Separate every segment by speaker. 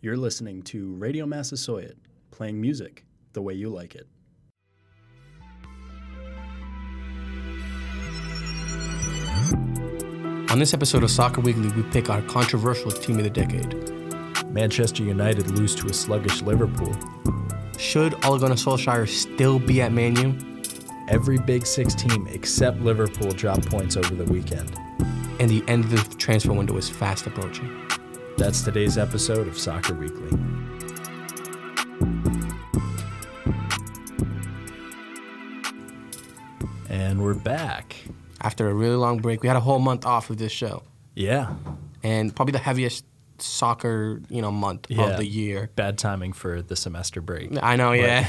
Speaker 1: You're listening to Radio Massasoit, playing music the way you like it.
Speaker 2: On this episode of Soccer Weekly, we pick our controversial team of the decade.
Speaker 3: Manchester United lose to a sluggish Liverpool.
Speaker 2: Should Ole Gunnar Solskjaer still be at Man U?
Speaker 3: Every Big Six team except Liverpool dropped points over the weekend.
Speaker 2: And the end of the transfer window is fast approaching.
Speaker 3: That's today's episode of Soccer Weekly. And we're back.
Speaker 2: After a really long break, we had a whole month off of this show,
Speaker 3: Yeah.
Speaker 2: and probably the heaviest soccer you know month
Speaker 3: Yeah.
Speaker 2: of the year.
Speaker 3: Bad timing for the semester break.
Speaker 2: I know, yeah.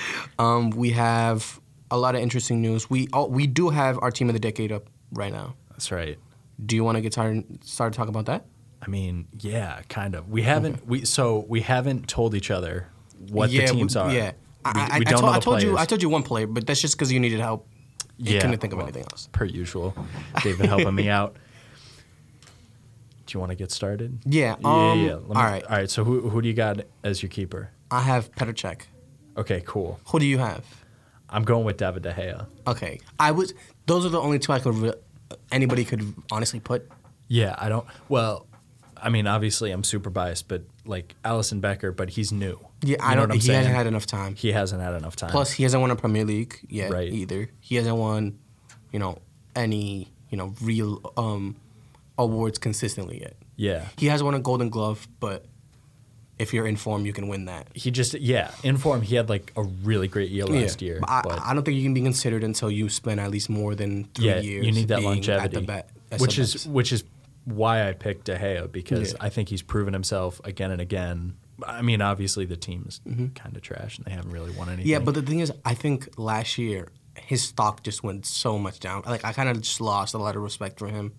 Speaker 2: um, we have a lot of interesting news. We all, we do have our team of the decade up right now.
Speaker 3: That's right.
Speaker 2: Do you want to get started, started talking about that?
Speaker 3: I mean, yeah, kind of. We haven't we so we haven't told each other what
Speaker 2: yeah,
Speaker 3: the teams
Speaker 2: we,
Speaker 3: are.
Speaker 2: Yeah,
Speaker 3: we,
Speaker 2: I, I,
Speaker 3: we
Speaker 2: I
Speaker 3: don't
Speaker 2: told,
Speaker 3: know the
Speaker 2: I told you.
Speaker 3: players.
Speaker 2: I told you one player, but that's just because you needed help. You
Speaker 3: Yeah,
Speaker 2: couldn't think of
Speaker 3: well,
Speaker 2: anything else.
Speaker 3: per usual. David helping me out. Do you want to get started?
Speaker 2: Yeah, um,
Speaker 3: Let
Speaker 2: all right.
Speaker 3: All right. So who who do you got as your keeper?
Speaker 2: I have Petrček.
Speaker 3: Okay. Cool.
Speaker 2: Who do you have?
Speaker 3: I'm going with David De Gea.
Speaker 2: Okay, I was. Those are the only two I could. Re- anybody could honestly put.
Speaker 3: Yeah. I don't. Well, I mean, obviously, I'm super biased, but like Allison Becker, but he's new.
Speaker 2: Yeah, I
Speaker 3: You know
Speaker 2: don't.
Speaker 3: what
Speaker 2: He
Speaker 3: I'm saying?
Speaker 2: hasn't had enough time.
Speaker 3: He hasn't had enough time.
Speaker 2: Plus, he hasn't won a Premier League yet
Speaker 3: Right.
Speaker 2: either. He hasn't won, you know, any you know real um, awards consistently yet.
Speaker 3: yeah.
Speaker 2: He has won a Golden Glove, but if you're in form, you can win that.
Speaker 3: He just yeah. In form, he had like a really great year last year.
Speaker 2: But I,
Speaker 3: but-
Speaker 2: I don't think you can be considered until you spend at least more than three
Speaker 3: yeah,
Speaker 2: years.
Speaker 3: you need that
Speaker 2: being
Speaker 3: longevity,
Speaker 2: at the bat, as
Speaker 3: which
Speaker 2: a
Speaker 3: is
Speaker 2: best.
Speaker 3: which is why I picked De Gea because
Speaker 2: Yeah.
Speaker 3: I think he's proven himself again and again. I mean, obviously the team's kind of trash and they haven't really won anything.
Speaker 2: Mm-hmm. yeah. But the thing is, I think last year his stock just went so much down. Like I kind of just lost a lot of respect for him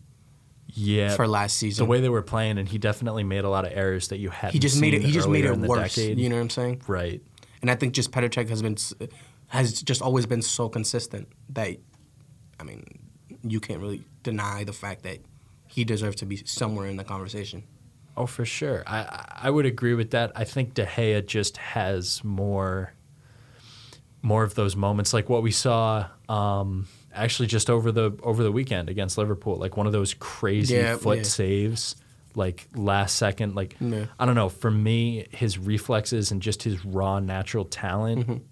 Speaker 3: yeah,
Speaker 2: for last season.
Speaker 3: the way they were playing, and he definitely made a lot of errors that you had.
Speaker 2: he just made it. He just made it
Speaker 3: in the
Speaker 2: worse.
Speaker 3: decade.
Speaker 2: You know what I'm saying?
Speaker 3: right?
Speaker 2: And I think just Petacek has been s- has just always been so consistent that I mean, you can't really deny the fact that he deserves to be somewhere in the conversation.
Speaker 3: Oh, for sure. I- I I would agree with that. I think De Gea just has more more of those moments like what we saw um, actually just over the over the weekend against Liverpool, like one of those crazy
Speaker 2: Yeah,
Speaker 3: foot
Speaker 2: yeah.
Speaker 3: saves, like last second. Like
Speaker 2: Yeah.
Speaker 3: I don't know. For me, his reflexes and just his raw natural talent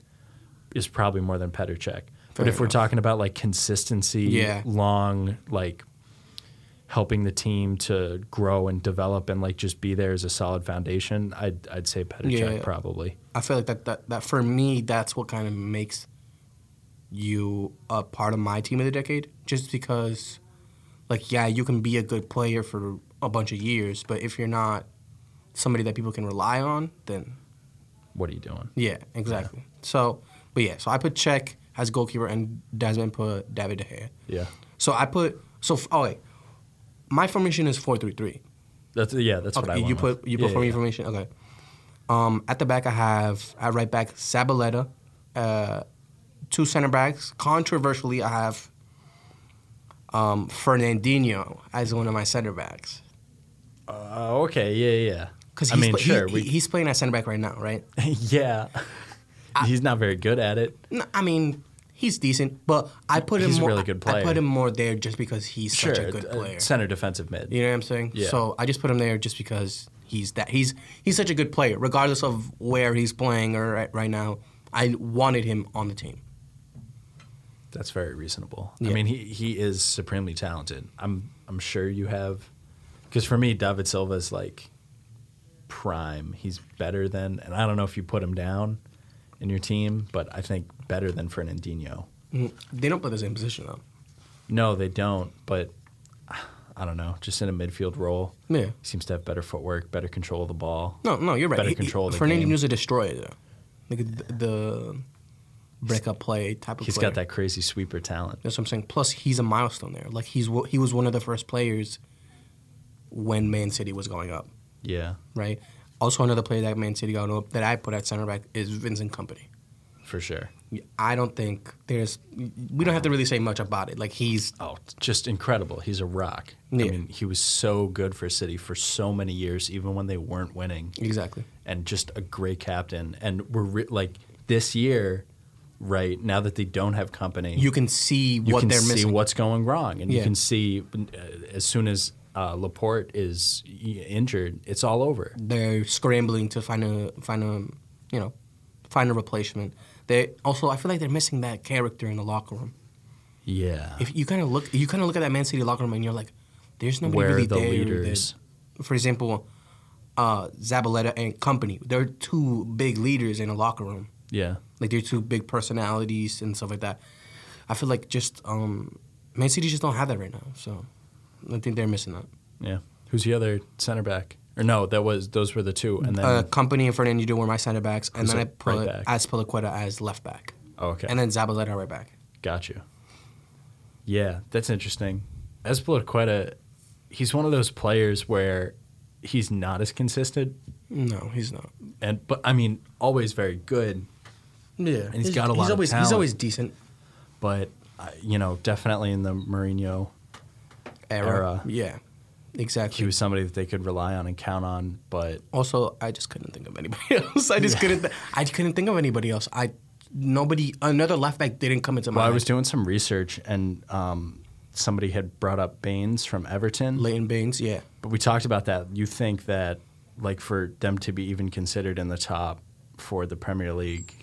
Speaker 3: is probably more than Petr But
Speaker 2: Mm-hmm. Fair
Speaker 3: if we're
Speaker 2: enough.
Speaker 3: talking about like consistency,
Speaker 2: Yeah.
Speaker 3: long like helping the team to grow and develop and like just be there as a solid foundation, I'd I'd say Petr
Speaker 2: Yeah.
Speaker 3: probably.
Speaker 2: I feel like that, that, that for me, that's what kind of makes you a part of my team of the decade. Just because, like, yeah, you can be a good player for a bunch of years, but if you're not somebody that people can rely on, then
Speaker 3: What are you doing?
Speaker 2: yeah, exactly. So, but yeah, so I put Czech as goalkeeper and Desmond put David De Gea.
Speaker 3: Yeah.
Speaker 2: So I put, so, f- oh, wait, my formation is 4 3 3.
Speaker 3: That's yeah, that's what I
Speaker 2: Okay, you
Speaker 3: went with.
Speaker 2: put you
Speaker 3: Yeah,
Speaker 2: put for me
Speaker 3: yeah.
Speaker 2: information. Okay. Um, at the back, I have at right back Sabaleta, uh, two center backs. Controversially, I have um, Fernandinho as one of my center backs
Speaker 3: Oh, okay, yeah, yeah.
Speaker 2: because
Speaker 3: I
Speaker 2: he's
Speaker 3: mean,
Speaker 2: pla- he-
Speaker 3: sure,
Speaker 2: he-
Speaker 3: we,
Speaker 2: he's playing at center back right now, right?
Speaker 3: yeah. he's not very good at it.
Speaker 2: No, I mean, he's decent, but I put
Speaker 3: He's
Speaker 2: him
Speaker 3: a
Speaker 2: more.
Speaker 3: really good
Speaker 2: I put
Speaker 3: player.
Speaker 2: him more there just because he's
Speaker 3: Sure,
Speaker 2: such a good
Speaker 3: uh,
Speaker 2: player.
Speaker 3: center defensive mid.
Speaker 2: You know what I'm saying?
Speaker 3: Yeah.
Speaker 2: So I just put him there just because he's that he's he's such a good player, regardless of where he's playing or right, right now. I wanted him on the team.
Speaker 3: That's very reasonable. I
Speaker 2: Yeah.
Speaker 3: mean, he, he is supremely talented. I'm I'm sure you have, because for me, David Silva is like prime. He's better than, and I don't know if you put him down in your team, but I think better than Fernandinho.
Speaker 2: They don't play the same position though.
Speaker 3: No, they don't. But I don't know. Just in a midfield role,
Speaker 2: Yeah.
Speaker 3: he seems to have better footwork, better control of the ball.
Speaker 2: No, no, you're right.
Speaker 3: Better
Speaker 2: He- he-
Speaker 3: control of the
Speaker 2: Fernandinho's
Speaker 3: game.
Speaker 2: a destroyer though, like the, the breakup play type of.
Speaker 3: He's
Speaker 2: player.
Speaker 3: got that crazy sweeper talent.
Speaker 2: That's what I'm saying. Plus, he's a milestone there. Like he's wo- he was one of the first players when Man City was going up,
Speaker 3: Yeah,
Speaker 2: right? Also, another player that Man City got up that I put at center back is Vincent Company.
Speaker 3: for sure.
Speaker 2: I don't think there's. We don't have to really say much about it. Like he's
Speaker 3: Oh, just incredible. He's a rock. I
Speaker 2: Yeah.
Speaker 3: mean, he was so good for City for so many years, even when they weren't winning.
Speaker 2: exactly.
Speaker 3: and just a great captain. And we're re- like this year, right now that they don't have company,
Speaker 2: You can see
Speaker 3: you
Speaker 2: what
Speaker 3: can
Speaker 2: they're
Speaker 3: see
Speaker 2: missing.
Speaker 3: what's going wrong, and you
Speaker 2: Yeah.
Speaker 3: can see uh, as soon as uh, Laporte is y- injured, it's all over.
Speaker 2: they're scrambling to find a find a you know find a replacement. They also I feel like they're missing that character in the locker room.
Speaker 3: Yeah,
Speaker 2: If you kind of look you kind of look at that Man City locker room and you're like, there's nobody
Speaker 3: Where are
Speaker 2: really
Speaker 3: the
Speaker 2: there. that-
Speaker 3: leaders?
Speaker 2: for example, uh, Zabaleta and company. They're two big leaders in the locker room.
Speaker 3: yeah,
Speaker 2: Like they're two big personalities and stuff like that. I feel like just um, Man City just don't have that right now. So I think they're missing that.
Speaker 3: yeah. Who's the other center back? Or no, that was those were the two, and then
Speaker 2: uh, company and Fernandinho were my center backs, and
Speaker 3: Who's
Speaker 2: then I
Speaker 3: a
Speaker 2: put
Speaker 3: right back?
Speaker 2: Azpilicueta as left back,
Speaker 3: oh, okay,
Speaker 2: and then Zabaleta right back.
Speaker 3: Got you. Yeah, that's interesting. Ezpilicueta, he's one of those players where he's not as consistent,
Speaker 2: No, he's not.
Speaker 3: and but I mean, always very good.
Speaker 2: Yeah, and
Speaker 3: he's got a lot
Speaker 2: He's
Speaker 3: of
Speaker 2: always
Speaker 3: talent.
Speaker 2: he's always decent.
Speaker 3: But I- you know, definitely in the Mourinho,
Speaker 2: Era.
Speaker 3: Era.
Speaker 2: Yeah,
Speaker 3: he
Speaker 2: exactly.
Speaker 3: was somebody that they could rely on and count on. But
Speaker 2: also, I just couldn't think of anybody else. I just couldn't. Th- I couldn't think of anybody else. I nobody another left back didn't come into my.
Speaker 3: well, I was
Speaker 2: head.
Speaker 3: doing some research, and um, somebody had brought up Baines from Everton.
Speaker 2: Leighton Baines. Yeah,
Speaker 3: But we talked about that. You think that like for them to be even considered in the top for the Premier League,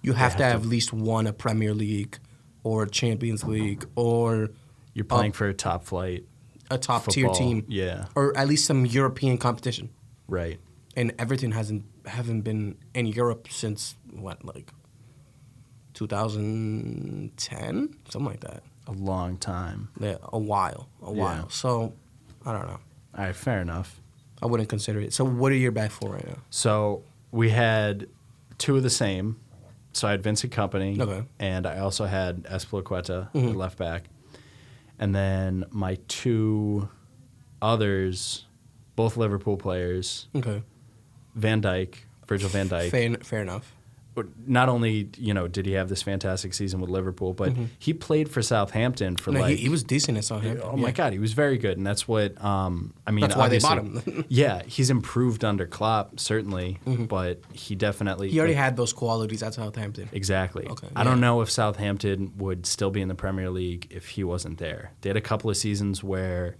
Speaker 2: you have,
Speaker 3: have
Speaker 2: to
Speaker 3: to-
Speaker 2: have at least won a Premier League, or Champions League, or
Speaker 3: you're playing for a top flight.
Speaker 2: a top tier
Speaker 3: Football,
Speaker 2: team.
Speaker 3: yeah.
Speaker 2: or at least some European competition.
Speaker 3: Right.
Speaker 2: and Everton hasn't haven't been in Europe since what like 2010 something like that
Speaker 3: A long time.
Speaker 2: yeah, a while a
Speaker 3: Yeah.
Speaker 2: while so I don't know
Speaker 3: All right, fair enough.
Speaker 2: I wouldn't consider it so what are your back four right now
Speaker 3: So we had two of the same. So I had Vincent Company.
Speaker 2: Okay. Mm-hmm.
Speaker 3: And I also had Espliqueta, left back. And then my two others, both Liverpool players,
Speaker 2: okay
Speaker 3: Van Dyke, Virgil Van Dyke.
Speaker 2: fair, fair enough
Speaker 3: Not only, you know, did he have this fantastic season with Liverpool, but he played for Southampton for
Speaker 2: Mm-hmm. no,
Speaker 3: like
Speaker 2: he, he was decent at Southampton
Speaker 3: Oh my
Speaker 2: yeah.
Speaker 3: God, he was very good, and that's what um, I mean.
Speaker 2: That's why they bought
Speaker 3: obviously-
Speaker 2: him. Mm-hmm.
Speaker 3: yeah, he's improved under Klopp certainly, but he definitely
Speaker 2: he already had those qualities at Southampton
Speaker 3: exactly.
Speaker 2: Okay,
Speaker 3: I don't
Speaker 2: yeah.
Speaker 3: know if Southampton would still be in the Premier League if he wasn't there. They had a couple of seasons where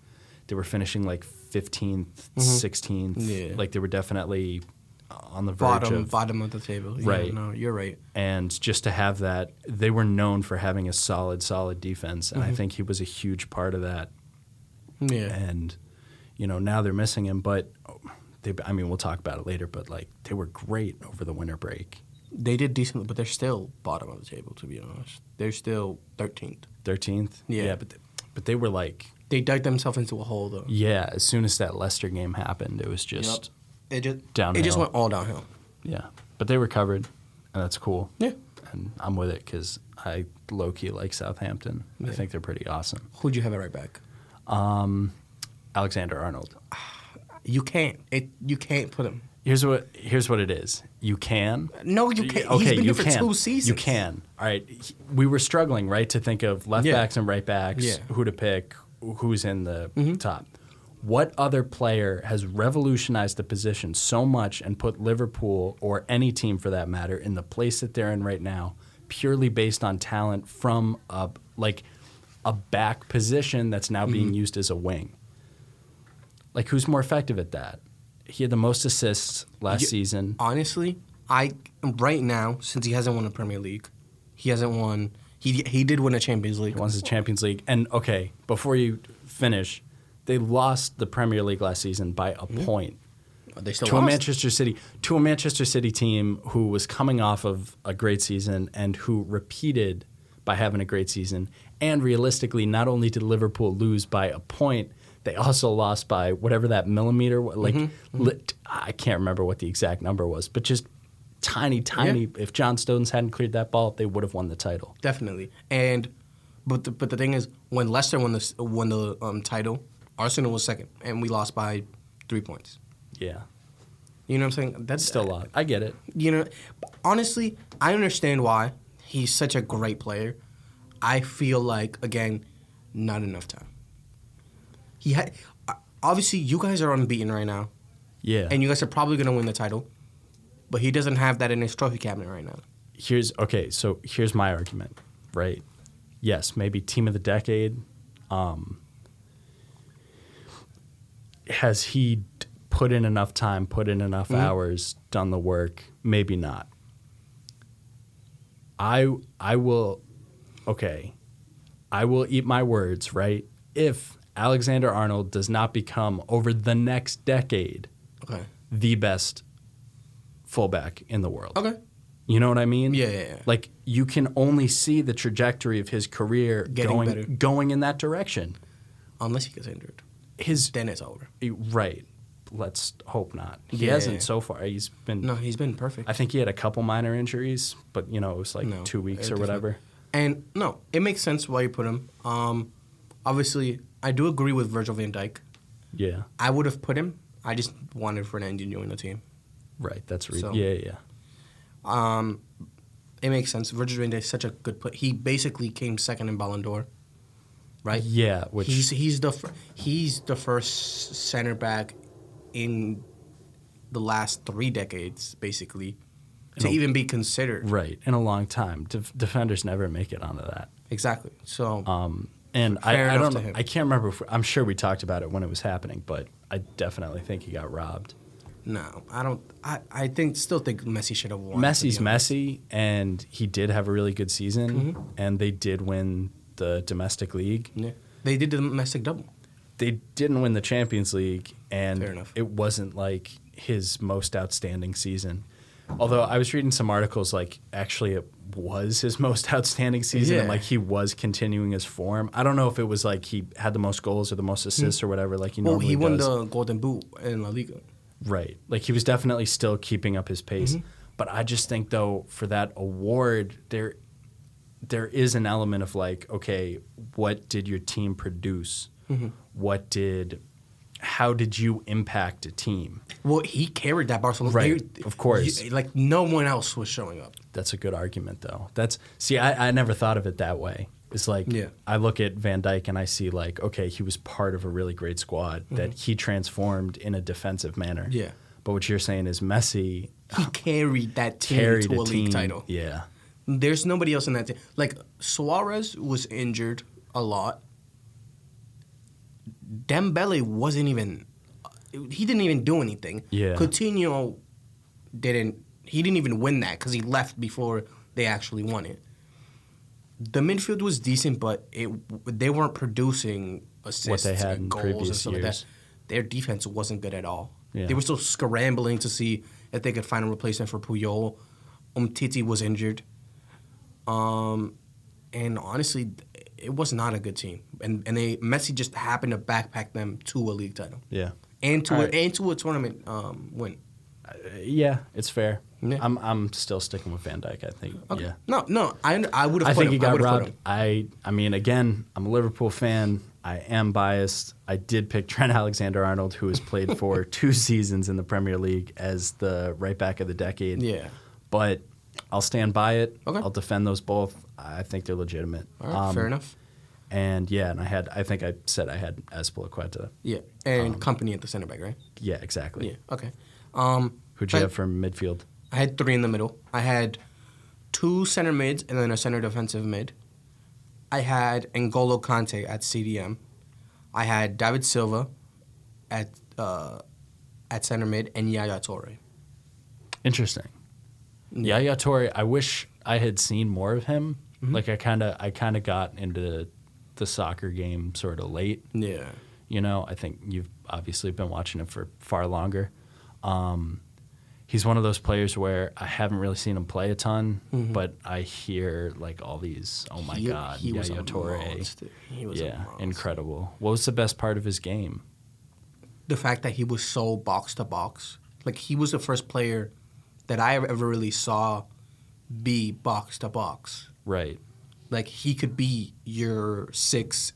Speaker 3: they were finishing like 15th, 16th.
Speaker 2: Mm-hmm. Yeah.
Speaker 3: Like they were definitely on the verge
Speaker 2: bottom
Speaker 3: of
Speaker 2: bottom of the table Yeah,
Speaker 3: Right.
Speaker 2: no you're right
Speaker 3: and just to have that they were known for having a solid solid defense
Speaker 2: Mm-hmm.
Speaker 3: and I think he was a huge part of that
Speaker 2: yeah
Speaker 3: and you know now they're missing him but they, i mean we'll talk about it later but like they were great over the winter break
Speaker 2: they did decently but they're still bottom of the table to be honest they're still 13th
Speaker 3: 13th
Speaker 2: Yeah.
Speaker 3: but they, but they were like
Speaker 2: they dug themselves into a hole though
Speaker 3: yeah as soon as that leicester game happened it was just
Speaker 2: It just
Speaker 3: Downhill.
Speaker 2: It just went all downhill.
Speaker 3: yeah but they recovered and that's cool
Speaker 2: Yeah.
Speaker 3: and i'm with it because i low-key like southampton i think they're pretty awesome
Speaker 2: Who'd you have it right back?
Speaker 3: alexander arnold
Speaker 2: You can't. It. You can't put him.
Speaker 3: here's what here's what it is you can
Speaker 2: No, you can't.
Speaker 3: Okay,
Speaker 2: He's been
Speaker 3: you
Speaker 2: here for
Speaker 3: can.
Speaker 2: two seasons.
Speaker 3: You can. All right. He- We were struggling, right, to think of left
Speaker 2: Yeah.
Speaker 3: backs and right backs,
Speaker 2: Yeah. Mm-hmm.
Speaker 3: who to pick, who's in the top. What other player has revolutionized the position so much and put Liverpool or any team for that matter in the place that they're in right now, purely based on talent from a like a back position that's now
Speaker 2: Mm-hmm.
Speaker 3: being used as a wing? Like who's more effective at that? He had the most assists last
Speaker 2: You-
Speaker 3: season.
Speaker 2: Honestly, I right now since he hasn't won a Premier League, he hasn't won. He he did win a Champions League.
Speaker 3: He wants the Champions League. And okay, before you finish, they lost the Premier League last season by a point
Speaker 2: They still
Speaker 3: to a
Speaker 2: lost.
Speaker 3: Manchester City to a Manchester City team who was coming off of a great season and who repeated by having a great season. And realistically, not only did Liverpool lose by a point, they also lost by whatever that millimeter wa- like
Speaker 2: Mm-hmm.
Speaker 3: lit, I can't remember what the exact number was, but just tiny tiny if John Stones hadn't cleared that ball, they would have won the title.
Speaker 2: definitely. And but the, but the thing is, when Leicester won the won the um, title, Arsenal was second, and we lost by three points.
Speaker 3: Yeah.
Speaker 2: You know what I'm saying? That's
Speaker 3: Still a lot. I get it.
Speaker 2: you know honestly i understand why He's such a great player. I feel like again, not enough time. He had obviously you guys are unbeaten right now,
Speaker 3: Yeah.
Speaker 2: and you guys are probably gonna win the title, but he doesn't have that in his trophy cabinet right now.
Speaker 3: here's okay so here's my argument right yes maybe team of the decade um has he d- put in enough time put in enough
Speaker 2: Mm-hmm.
Speaker 3: hours done the work maybe not i i will okay i will eat my words right if alexander arnold does not become over the next decade
Speaker 2: Okay.
Speaker 3: the best fullback in the world
Speaker 2: Okay.
Speaker 3: you know what I mean?
Speaker 2: Yeah, yeah, yeah.
Speaker 3: Like you can only see the trajectory of his career
Speaker 2: Getting
Speaker 3: going
Speaker 2: better.
Speaker 3: going in that direction.
Speaker 2: Unless he gets injured,
Speaker 3: His
Speaker 2: then it's over.
Speaker 3: right. Let's hope not. He
Speaker 2: Yeah.
Speaker 3: hasn't so far. He's been.
Speaker 2: No, he's been perfect.
Speaker 3: I think he had a couple minor injuries, but you know it was like
Speaker 2: No,
Speaker 3: two weeks
Speaker 2: it
Speaker 3: or
Speaker 2: doesn't-
Speaker 3: whatever.
Speaker 2: And no, it makes sense why you put him. Um, obviously, I do agree with Virgil Van Dyke.
Speaker 3: Yeah.
Speaker 2: I would have put him. I just wanted Fernandinho to join the team.
Speaker 3: Right. That's re-
Speaker 2: So-
Speaker 3: yeah yeah.
Speaker 2: It makes sense. Virgil Van Dyke is such a good player. He basically came second in Ballon d'Or, right?
Speaker 3: Yeah. Which
Speaker 2: he's he's the fir- he's the first center back in the last three decades, basically, to
Speaker 3: No.
Speaker 2: even be considered.
Speaker 3: right in a long time. Def defenders never make it onto that.
Speaker 2: Exactly. So
Speaker 3: Um, and
Speaker 2: Fair
Speaker 3: I, I
Speaker 2: enough
Speaker 3: don't
Speaker 2: to
Speaker 3: know.
Speaker 2: him.
Speaker 3: I can't remember. If, I'm sure we talked about it when it was happening, but I definitely think he got robbed.
Speaker 2: no, I don't. I, I think still think Messi should have won. to
Speaker 3: Messi's
Speaker 2: be honest. Mm-hmm.
Speaker 3: messy, and he did have a really good season, and they did win the domestic league.
Speaker 2: Yeah. They did the domestic double.
Speaker 3: Oh They didn't win the Champions League, and
Speaker 2: Fair enough.
Speaker 3: it wasn't like his most outstanding season. Although I was reading some articles, like actually it was his most outstanding season, and
Speaker 2: Yeah.
Speaker 3: like he was continuing his form. I don't know if it was like he had the most goals or the most assists or whatever, like he
Speaker 2: Mm. Well,
Speaker 3: normally
Speaker 2: he won
Speaker 3: does.
Speaker 2: the Golden Boot in La Liga.
Speaker 3: Right. Like he was definitely still keeping up his pace.
Speaker 2: Mm-hmm.
Speaker 3: But I just think though for that award there there is an element of like okay, what did your team produce?
Speaker 2: Mm-hmm.
Speaker 3: What did how did you impact a team?
Speaker 2: Well, he carried that Barcelona.
Speaker 3: Right,
Speaker 2: They-
Speaker 3: of course.
Speaker 2: you- like no one else was showing up.
Speaker 3: That's a good argument though. That's see I, I never thought of it that way. It's like
Speaker 2: Yeah.
Speaker 3: I look at Van Dyke and I see like okay, he was part of a really great squad that he transformed in a defensive manner.
Speaker 2: Mm-hmm. Yeah.
Speaker 3: But what you're saying is Messi
Speaker 2: He carried that team
Speaker 3: Ah. carried
Speaker 2: to a,
Speaker 3: a
Speaker 2: league
Speaker 3: team.
Speaker 2: title.
Speaker 3: Yeah.
Speaker 2: There's nobody else in that team. Like Suarez was injured a lot. Dembele wasn't even. He didn't even do anything.
Speaker 3: Yeah.
Speaker 2: Coutinho didn't. He didn't even win that because he left before they actually won it. The midfield was decent, but it they weren't producing assists
Speaker 3: they had
Speaker 2: and
Speaker 3: in
Speaker 2: goals and
Speaker 3: previous
Speaker 2: stuff like
Speaker 3: years.
Speaker 2: that. Their defense wasn't good at all.
Speaker 3: Yeah.
Speaker 2: They were still scrambling to see if they could find a replacement for Puyol. Umtiti was injured. Um, and honestly, it was not a good team. And and they Messi just happened to backpack them to a league title
Speaker 3: Yeah.
Speaker 2: and to
Speaker 3: All
Speaker 2: a,
Speaker 3: right.
Speaker 2: and to a tournament um, win.
Speaker 3: Uh, Yeah, it's fair.
Speaker 2: Yeah.
Speaker 3: I'm I'm still sticking with Van Dyke. I think.
Speaker 2: Okay.
Speaker 3: Yeah.
Speaker 2: No, no, I I would
Speaker 3: I
Speaker 2: have.
Speaker 3: think
Speaker 2: him.
Speaker 3: he got
Speaker 2: would've put
Speaker 3: robbed.
Speaker 2: him.
Speaker 3: I I mean, again, I'm a Liverpool fan. I am biased. I did pick Trent Alexander Arnold, who has played for two seasons in the Premier League as the right back of the decade.
Speaker 2: Yeah.
Speaker 3: But I'll stand by it.
Speaker 2: Okay.
Speaker 3: I'll defend those both. I think they're legitimate. Um,
Speaker 2: All right, fair enough.
Speaker 3: And yeah, and I had I think I said I had Azpilicueta.
Speaker 2: Yeah, and
Speaker 3: um,
Speaker 2: company at the center back, right?
Speaker 3: Yeah, exactly.
Speaker 2: Yeah. Okay. Um,
Speaker 3: Who'd you
Speaker 2: I-
Speaker 3: have for midfield?
Speaker 2: I had three in the middle. I had two center mids and then a center defensive mid. I had N'Golo Kante at CDM. I had David Silva at uh, at center mid and Yaya Torre.
Speaker 3: Interesting.
Speaker 2: Yeah.
Speaker 3: Yaya Toure, I wish I had seen more of him.
Speaker 2: Mm-hmm.
Speaker 3: Like I kind of, I kind of got into the soccer game sort of late.
Speaker 2: Yeah.
Speaker 3: You know, I think you've obviously been watching him for far longer. Um, he's one of those players where I haven't really seen him play a ton, but I hear like all these, oh my
Speaker 2: Mm-hmm. He-
Speaker 3: god,
Speaker 2: he was
Speaker 3: Yaya
Speaker 2: a
Speaker 3: Toure,
Speaker 2: monster. He was a
Speaker 3: yeah,
Speaker 2: monster.
Speaker 3: incredible. What was the best part of his game?
Speaker 2: the fact that he was so box to box. Like he was the first player that I ever really saw be box to box.
Speaker 3: Right,
Speaker 2: Like he could be your six,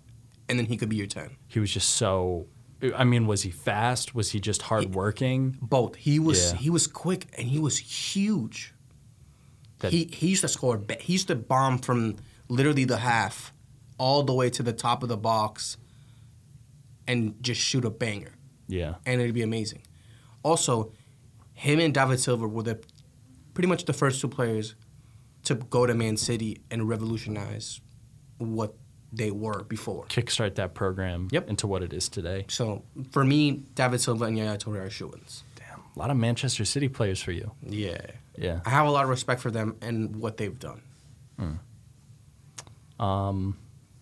Speaker 2: and then he could be your ten.
Speaker 3: he was just so. I mean, was he fast? Was he just hardworking?
Speaker 2: Both. He was
Speaker 3: Yeah.
Speaker 2: he was quick and he was huge.
Speaker 3: That-
Speaker 2: he he used to score. ba- He used to bomb from literally the half all the way to the top of the box, and just shoot a banger,
Speaker 3: Yeah.
Speaker 2: and it'd be amazing. Also, him and David Silva were the pretty much the first two players to go to Man City and revolutionize what they were before.
Speaker 3: Kickstart that program
Speaker 2: Yep.
Speaker 3: into what it is today.
Speaker 2: So for me, David Silva and Yaya Toure are shoo-ins.
Speaker 3: Damn. A lot of Manchester City players for you.
Speaker 2: Yeah.
Speaker 3: Yeah.
Speaker 2: I have a lot of respect for them and what they've done.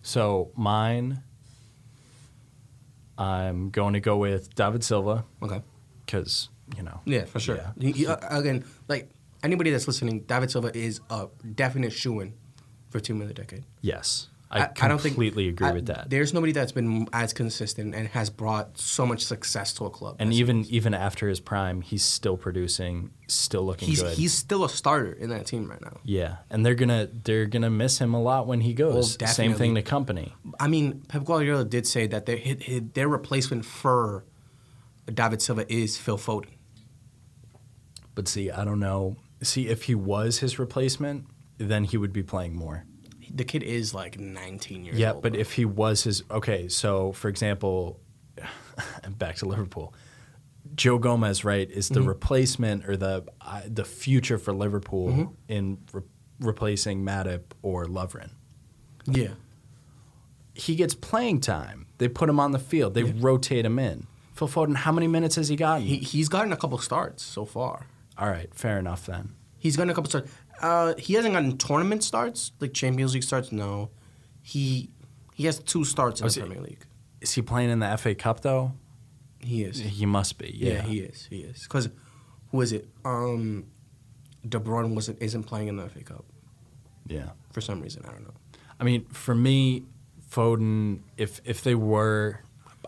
Speaker 3: So mine, I'm going to go with David Silva
Speaker 2: Okay.
Speaker 3: because, you know.
Speaker 2: Yeah, for sure.
Speaker 3: Yeah.
Speaker 2: He- he- uh, again, like anybody that's listening, David Silva is a definite shoo-in for team of the decade.
Speaker 3: Yes. I, completely agree
Speaker 2: I-
Speaker 3: with that.
Speaker 2: There's nobody that's been as consistent and has brought so much success to a club.
Speaker 3: And
Speaker 2: as-
Speaker 3: even even after his prime, he's still producing, still looking
Speaker 2: he's
Speaker 3: good.
Speaker 2: he's still a starter in that team right now.
Speaker 3: yeah, and they're gonna they're gonna miss him a lot when he goes. Same thing
Speaker 2: definitely.
Speaker 3: to company.
Speaker 2: I mean, Pep Guardiola did say that their hi- hi- their replacement for David Silva is Phil Foden.
Speaker 3: But see, I don't know. See, if he was his replacement, then he would be playing more.
Speaker 2: The kid is like 19 years
Speaker 3: Yeah,
Speaker 2: old.
Speaker 3: but
Speaker 2: bro.
Speaker 3: if he was his okay, so for example, back to Liverpool, Joe Gomez, right, is
Speaker 2: Mm-hmm.
Speaker 3: the replacement or the uh, the future for Liverpool
Speaker 2: Mm-hmm.
Speaker 3: in re- replacing Matip or Lovren.
Speaker 2: yeah,
Speaker 3: He gets playing time. They put him on the field. They rotate him in. Phil Foden, how many minutes has he gotten?
Speaker 2: he, he's gotten a couple starts so far.
Speaker 3: All right, fair enough then.
Speaker 2: He's gotten a couple starts. Uh, he hasn't gotten tournament starts, like Champions League starts. No, he he has two starts in the
Speaker 3: see.
Speaker 2: Premier League.
Speaker 3: Is he playing in the FA Cup though?
Speaker 2: He is.
Speaker 3: He must be.
Speaker 2: Yeah,
Speaker 3: Yeah.
Speaker 2: he is. He is. Because who is it? Um, De Bruyne wasn't isn't playing in the FA Cup
Speaker 3: yeah.
Speaker 2: for some reason. I don't know.
Speaker 3: I mean, for me, Foden, if if they were,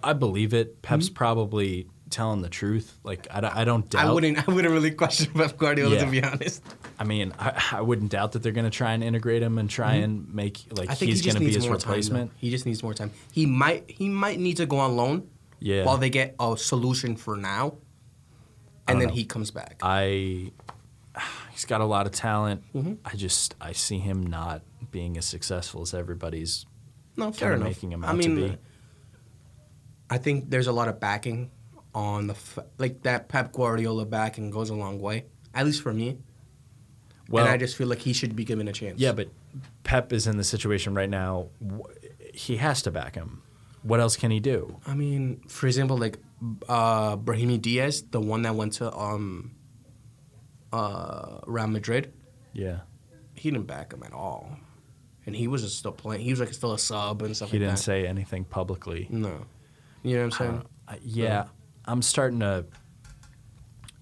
Speaker 3: I believe it. Pep's probably telling the truth. Like I, don't- I don't doubt.
Speaker 2: Hmm? I wouldn't. I wouldn't really question Pep Guardiola
Speaker 3: Yeah.
Speaker 2: to be honest.
Speaker 3: I mean, I, I wouldn't doubt that they're going to try and integrate him and try and make like
Speaker 2: Hmm? I think
Speaker 3: he's
Speaker 2: he just
Speaker 3: going to be
Speaker 2: needs
Speaker 3: his
Speaker 2: more time.
Speaker 3: replacement.
Speaker 2: though. He just needs more time. He might. He might need to go on loan.
Speaker 3: Yeah.
Speaker 2: While they get a solution for now, and then
Speaker 3: know.
Speaker 2: he comes back.
Speaker 3: I. He's got a lot of talent.
Speaker 2: Mm-hmm.
Speaker 3: I just I see him not being as successful as everybody's.
Speaker 2: No, fair
Speaker 3: kinda
Speaker 2: enough.
Speaker 3: making him
Speaker 2: I
Speaker 3: out to
Speaker 2: mean,
Speaker 3: be.
Speaker 2: I think there's a lot of backing on the f- like that Pep Guardiola backing goes a long way, at least for me.
Speaker 3: Well,
Speaker 2: and I just feel like he should be given a chance.
Speaker 3: yeah, but Pep is in the situation right now. w- He has to back him. What else can he do?
Speaker 2: I mean, for example, like uh, Brahimi Diaz, the one that went to um, uh, Real Madrid,
Speaker 3: Yeah.
Speaker 2: he didn't back him at all, and he was just still playing. He was like still a sub and stuff.
Speaker 3: He
Speaker 2: like
Speaker 3: didn't
Speaker 2: that. Mm.
Speaker 3: say anything publicly.
Speaker 2: no. You know what I'm saying?
Speaker 3: I- yeah, I'm starting to.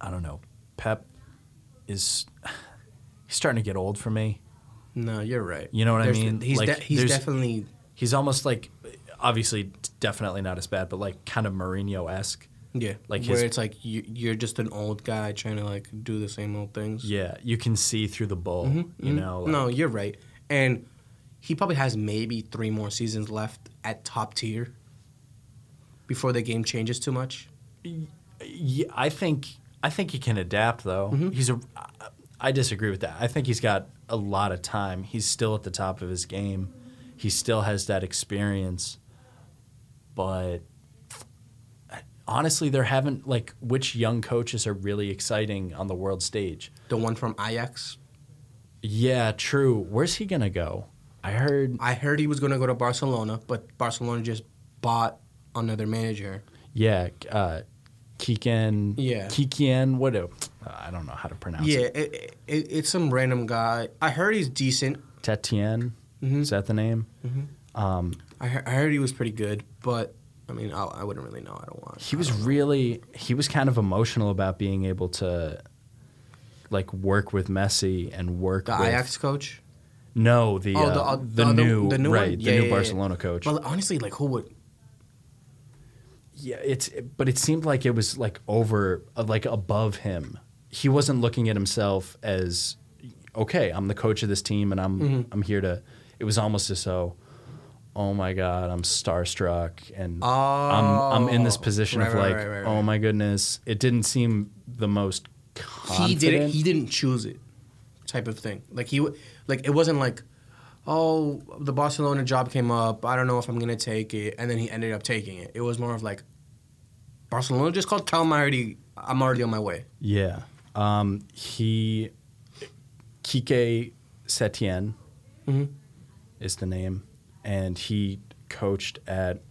Speaker 3: I don't know. Pep is he's starting to get old for me.
Speaker 2: no, you're right.
Speaker 3: You know what I
Speaker 2: There's-
Speaker 3: mean?
Speaker 2: He's
Speaker 3: Like,
Speaker 2: de- he's
Speaker 3: there's-
Speaker 2: definitely
Speaker 3: He's almost like, obviously, definitely not as bad, but like kind of Mourinho esque.
Speaker 2: Yeah,
Speaker 3: Like
Speaker 2: like where
Speaker 3: his-
Speaker 2: it's like you, you're just an old guy trying to like do the same old things.
Speaker 3: Yeah, you can see through the bull. You know.
Speaker 2: Mm-hmm. no,
Speaker 3: like-
Speaker 2: you're right, and he probably has maybe three more seasons left at top tier before the game changes too much.
Speaker 3: Yeah, I think I think he can adapt though.
Speaker 2: Mm-hmm.
Speaker 3: He's a. I- I disagree with that. I think he's got a lot of time. He's still at the top of his game. He still has that experience, but honestly, there haven't like which young coaches are really exciting on the world stage.
Speaker 2: The one from Ajax,
Speaker 3: Yeah, true. Where's he gonna go? I heard.
Speaker 2: I heard he was going to go to Barcelona, but Barcelona just bought another manager.
Speaker 3: Yeah, uh, Kikian.
Speaker 2: Yeah.
Speaker 3: Kikian. What? do- I don't know how to pronounce
Speaker 2: Yeah,
Speaker 3: it.
Speaker 2: it, it, it, it's some random guy. I heard he's decent.
Speaker 3: Tetian.
Speaker 2: Mm-hmm.
Speaker 3: Is that the name? Um,
Speaker 2: I, he- I heard he was pretty good, but I mean, I, I wouldn't really know. I don't want.
Speaker 3: he was really he was kind of emotional about being able to like work with Messi and work
Speaker 2: the
Speaker 3: with
Speaker 2: Ajax coach.
Speaker 3: no the uh,
Speaker 2: uh,
Speaker 3: the,
Speaker 2: other-
Speaker 3: new
Speaker 2: one?
Speaker 3: right
Speaker 2: Yeah,
Speaker 3: the new
Speaker 2: yeah, yeah.
Speaker 3: Barcelona coach
Speaker 2: Well, honestly, like who would?
Speaker 3: yeah it's but it seemed like it was like over uh, like above him he wasn't looking at himself as okay I'm the coach of this team and I'm
Speaker 2: Mm-hmm.
Speaker 3: I'm here to it was almost as though oh my god I'm starstruck and I'm I'm in this
Speaker 2: Oh,
Speaker 3: position
Speaker 2: right,
Speaker 3: of
Speaker 2: right,
Speaker 3: like
Speaker 2: right, right,
Speaker 3: oh
Speaker 2: right.
Speaker 3: my goodn't. goodness it didn't seem the most confident.
Speaker 2: He didn't. He didn't choose it. type of thing. Like he, w- like it wasn't like, oh, the Barcelona job came up. I don't know if I'm gonna take it, and then he ended up taking it. It was more of like, Barcelona just called. Tell him I already, I'm already on my way.
Speaker 3: Yeah. Um, he, Kike Setien
Speaker 2: Mm-hmm.
Speaker 3: is the name, and he coached at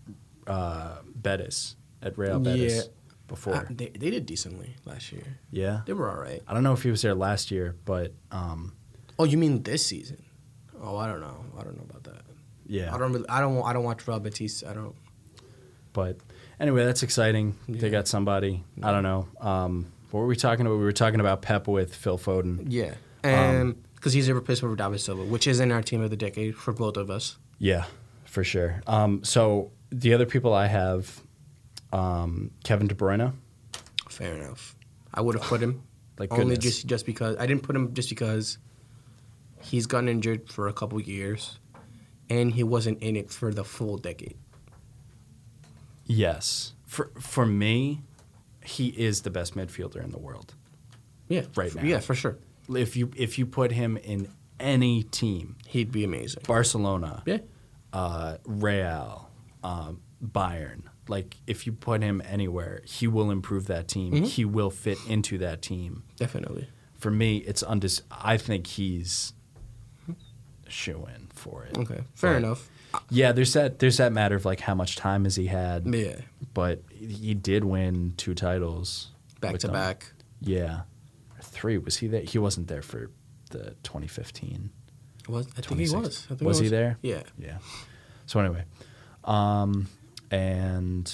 Speaker 3: uh, Betis, at Real Betis
Speaker 2: Yeah.
Speaker 3: before.
Speaker 2: Uh, they, they did decently last year.
Speaker 3: yeah.
Speaker 2: They were all right.
Speaker 3: I don't know if he was there last year, but um,
Speaker 2: Oh, you mean this season? Oh, I don't know. I don't know about that.
Speaker 3: yeah.
Speaker 2: I don't. Really, I don't. I don't watch Real Betis. I don't.
Speaker 3: But anyway, that's exciting. They
Speaker 2: Yeah.
Speaker 3: got somebody. I don't know. Um, what were we talking about? We were talking about Pep with Phil Foden.
Speaker 2: Yeah, Um, and because he's a replacement for David Silva, which is in our team of the decade for both of us.
Speaker 3: Yeah, for sure. Um, so the other people I have, um, Kevin De Bruyne.
Speaker 2: Fair enough. I would have put him
Speaker 3: Like
Speaker 2: only
Speaker 3: goodness.
Speaker 2: just just because I didn't put him just because he's gotten injured for a couple years, and he wasn't in it for the full decade.
Speaker 3: Yes. For for me, he is the best midfielder in the world.
Speaker 2: Yeah,
Speaker 3: Right
Speaker 2: f-
Speaker 3: now.
Speaker 2: Yeah, for sure,
Speaker 3: If you if you put him in any team,
Speaker 2: he'd be amazing.
Speaker 3: Barcelona,
Speaker 2: Yeah,
Speaker 3: uh, Real, um, Bayern, like if you put him anywhere, he will improve that team.
Speaker 2: Mm-hmm.
Speaker 3: He will fit into that team.
Speaker 2: definitely.
Speaker 3: For me, it's undis. I think he's shoe in for it.
Speaker 2: Okay, fair
Speaker 3: But-
Speaker 2: enough.
Speaker 3: Yeah, there's that there's that matter of like how much time has he had.
Speaker 2: Yeah,
Speaker 3: But he did win two titles
Speaker 2: back
Speaker 3: with
Speaker 2: to
Speaker 3: them.
Speaker 2: back.
Speaker 3: Yeah. Or Three. Was he there? He wasn't there for the 2015.
Speaker 2: Was I think he
Speaker 3: 26.
Speaker 2: was? I think
Speaker 3: Was he there?
Speaker 2: Yeah.
Speaker 3: Yeah. So anyway, um, and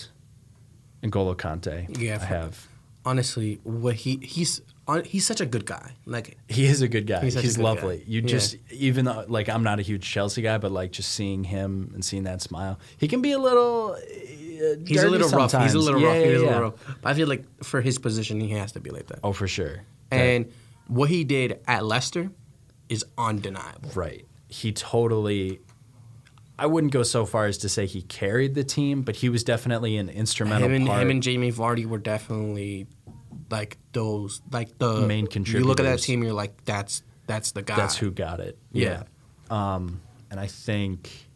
Speaker 3: N'Golo Kante.
Speaker 2: Yeah,
Speaker 3: I
Speaker 2: for-
Speaker 3: have.
Speaker 2: Honestly, what he he's on, he's such a good guy. Like
Speaker 3: He is a good guy. He's,
Speaker 2: He's such a good
Speaker 3: lovely.
Speaker 2: guy.
Speaker 3: You
Speaker 2: Yeah.
Speaker 3: just even though like I'm not a huge Chelsea guy, but like just seeing him and seeing that smile, he can be a little. Uh,
Speaker 2: He's a little rough. He's a little rough. He's a little
Speaker 3: rough.
Speaker 2: rough. But I feel like for his position, he has to be like that.
Speaker 3: Oh, for sure.
Speaker 2: And what he did at Leicester is undeniable.
Speaker 3: Right. He totally. I wouldn't go so far as to say he carried the team, but he was definitely an instrumental
Speaker 2: Him and
Speaker 3: part.
Speaker 2: him and Jamie Vardy were definitely like those like the
Speaker 3: Main
Speaker 2: You look at that
Speaker 3: contributors.
Speaker 2: team, you're like, that's that's the guy.
Speaker 3: that's who got it.
Speaker 2: Yeah.
Speaker 3: Um, and I think,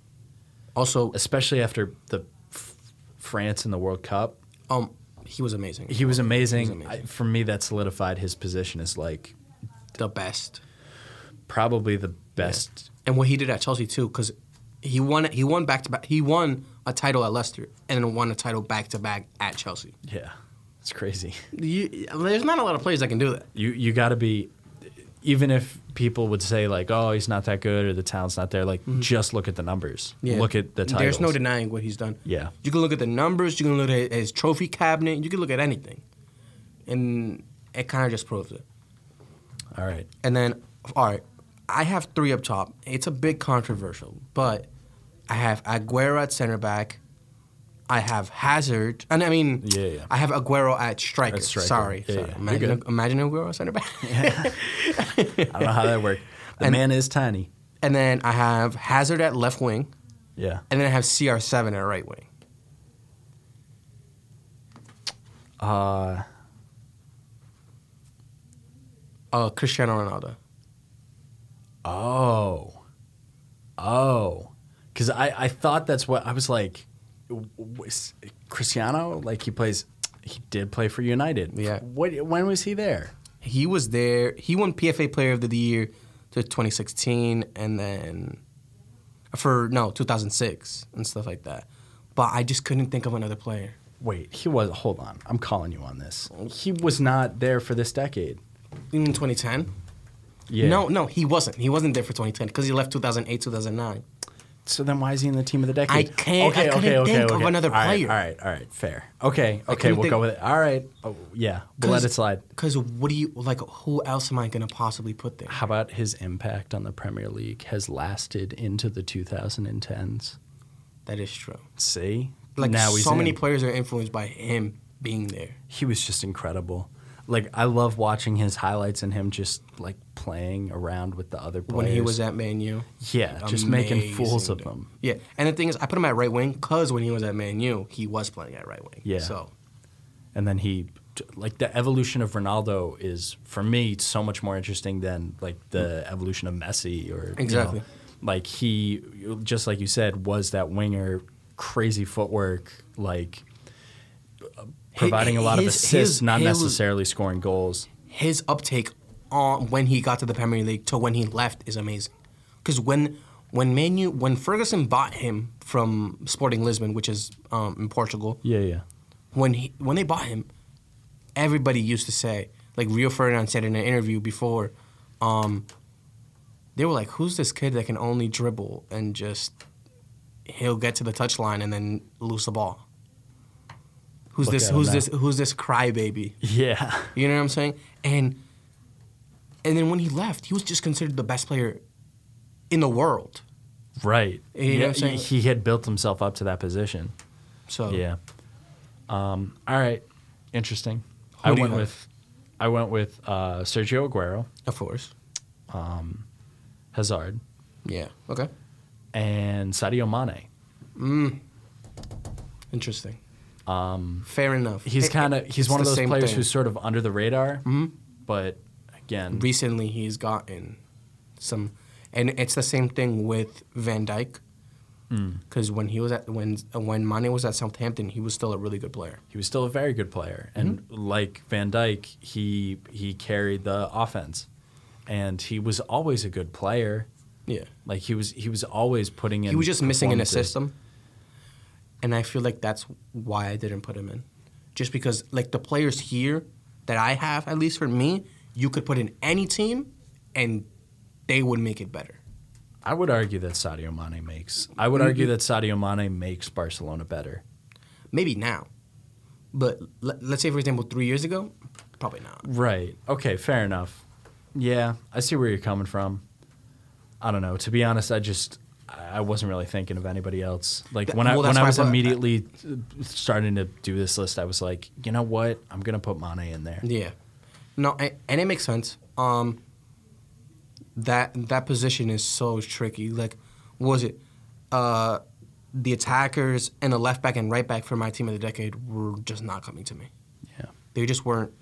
Speaker 2: Also,
Speaker 3: especially after the f- France in the World Cup,
Speaker 2: um, he was amazing.
Speaker 3: he was amazing.
Speaker 2: He was amazing.
Speaker 3: I, for me, that solidified his position as like
Speaker 2: the best.
Speaker 3: probably the best.
Speaker 2: And what he did at Chelsea too, because he won he won back to back. He won a title at Leicester and then won a title back to back at Chelsea.
Speaker 3: Yeah. it's crazy.
Speaker 2: You, there's not a lot of players that can do that.
Speaker 3: You you got to be. Even if people would say like, "Oh, he's not that good," or "The talent's not there," like just look at the numbers. Look at the titles.
Speaker 2: Mm-hmm. There's no denying what he's done.
Speaker 3: Yeah.
Speaker 2: You can look at the numbers. You can look at his trophy cabinet. You can look at anything, and it kind of just proves it.
Speaker 3: All right.
Speaker 2: And then, all right, I have three up top. It's a bit controversial, but I have Aguero at center back. I have Hazard, and I mean,
Speaker 3: Yeah, yeah.
Speaker 2: I have Aguero at striker.
Speaker 3: At striker.
Speaker 2: Sorry,
Speaker 3: Yeah,
Speaker 2: sorry.
Speaker 3: yeah. You're
Speaker 2: Imagine,
Speaker 3: good.
Speaker 2: imagine Aguero at center back.
Speaker 3: I don't know how that worked. The
Speaker 2: And-
Speaker 3: man is tiny.
Speaker 2: and then I have Hazard at left wing,
Speaker 3: Yeah.
Speaker 2: and then I have CR7 at right wing.
Speaker 3: Uh,
Speaker 2: Uh, Cristiano Ronaldo.
Speaker 3: Oh. Oh. Because I, I thought that's what I was like. w- w- s- Cristiano, like he plays, he did play for United.
Speaker 2: Yeah.
Speaker 3: What, when was he there?
Speaker 2: He was there. He won PFA Player of the Year to 2016, and then for no 2006 and stuff like that. But I just couldn't think of another player.
Speaker 3: Wait, he was, hold on. I'm calling you on this. He was not there for this decade.
Speaker 2: In 2010?
Speaker 3: Yeah.
Speaker 2: No, no, he wasn't. He wasn't there for 2010 because he left 2008, 2009.
Speaker 3: So then why is he in the team of the decade?
Speaker 2: I can't- I couldn't think of another
Speaker 3: All right,
Speaker 2: player.
Speaker 3: all right, all right, fair. Okay, okay,
Speaker 2: couldn't
Speaker 3: we'll
Speaker 2: think-
Speaker 3: go with it. All right. Oh, yeah, we'll let it slide.
Speaker 2: Because what do you like? Who else am I gonna possibly put there?
Speaker 3: How about his impact on the Premier League has lasted into the 2010s?
Speaker 2: That is true.
Speaker 3: See?
Speaker 2: Like so many
Speaker 3: in.
Speaker 2: players are influenced by him being there.
Speaker 3: he was just incredible. Like I love watching his highlights and him just like playing around with the other players.
Speaker 2: When he was at Man U.
Speaker 3: yeah, just making
Speaker 2: Amazing
Speaker 3: fools of
Speaker 2: dude.
Speaker 3: them.
Speaker 2: Yeah, and the thing is, I put him at right wing because when he was at Man U, he was playing at right wing.
Speaker 3: Yeah.
Speaker 2: So
Speaker 3: And then he t- like the evolution of Ronaldo is for me so much more interesting than like the evolution of Messi or you know,
Speaker 2: Exactly.
Speaker 3: like he just like you said was that winger crazy footwork like uh, providing a lot of
Speaker 2: his-
Speaker 3: assists
Speaker 2: his-
Speaker 3: not
Speaker 2: his-
Speaker 3: necessarily scoring goals
Speaker 2: his uptake on when he got to the Premier League to when he left is amazing. Because when when Manu when Ferguson bought him from Sporting Lisbon, which is um, in Portugal,
Speaker 3: yeah yeah
Speaker 2: when he when they bought him, everybody used to say like Rio Ferdinand said in an interview before, um, they were like, "Who's this kid that can only dribble and just he'll get to the touchline and then lose the ball? Who's
Speaker 3: Look
Speaker 2: this?
Speaker 3: at him
Speaker 2: Who's
Speaker 3: now.
Speaker 2: this? Who's this crybaby?
Speaker 3: yeah
Speaker 2: You know what I'm saying? And and then when he left, he was just considered the best player in the world.
Speaker 3: right
Speaker 2: You know
Speaker 3: yeah,
Speaker 2: what I'm saying?
Speaker 3: he had built himself up to that position
Speaker 2: So
Speaker 3: Yeah. Um, all right. Interesting.
Speaker 2: Who
Speaker 3: I
Speaker 2: do you
Speaker 3: went
Speaker 2: have?
Speaker 3: with I went with uh, Sergio Aguero,
Speaker 2: of course.
Speaker 3: Hazard,
Speaker 2: Yeah. Okay.
Speaker 3: and Sadio Mane.
Speaker 2: Interesting. Um, Fair enough.
Speaker 3: He's
Speaker 2: It-
Speaker 3: kind of he's
Speaker 2: it's
Speaker 3: one of
Speaker 2: the
Speaker 3: those
Speaker 2: same
Speaker 3: players
Speaker 2: thing. Mm-hmm.
Speaker 3: who's sort of under the radar, but again,
Speaker 2: recently he's gotten some, and it's the same thing with Van Dyke.
Speaker 3: Hmm.
Speaker 2: Because when he was at when when Mane was at Southampton, he was still a really good player.
Speaker 3: he was still a very good player.
Speaker 2: Mm-hmm.
Speaker 3: And like Van Dyke, he he carried the offense, and he was always a good player.
Speaker 2: Yeah.
Speaker 3: Like he was he was always putting in.
Speaker 2: He was just missing in a
Speaker 3: performances.
Speaker 2: system. And I feel like that's why I didn't put him in. Just because, like, the players here that I have, at least for me, you could put in any team and they would make it better.
Speaker 3: I would argue that Sadio Mane makes. I
Speaker 2: Mm-hmm.
Speaker 3: would argue that Sadio Mane makes Barcelona better.
Speaker 2: Maybe now. But l- let's say, for example, three years ago, probably not.
Speaker 3: Right. Okay, fair enough. Yeah, I see where you're coming from. I don't know. To be honest, I just I I wasn't really thinking of anybody else. Like
Speaker 2: Th-
Speaker 3: when I
Speaker 2: well, that's
Speaker 3: when I
Speaker 2: why I
Speaker 3: was
Speaker 2: brought-
Speaker 3: immediately uh, starting to do this list, I was like, you know what? I'm gonna put Mane in there.
Speaker 2: Yeah. No, a- and it makes sense. Um, that that position is so tricky. Like, what was it uh, the attackers and the left back and right back for my team of the decade were just not coming to me.
Speaker 3: Yeah.
Speaker 2: They just weren't.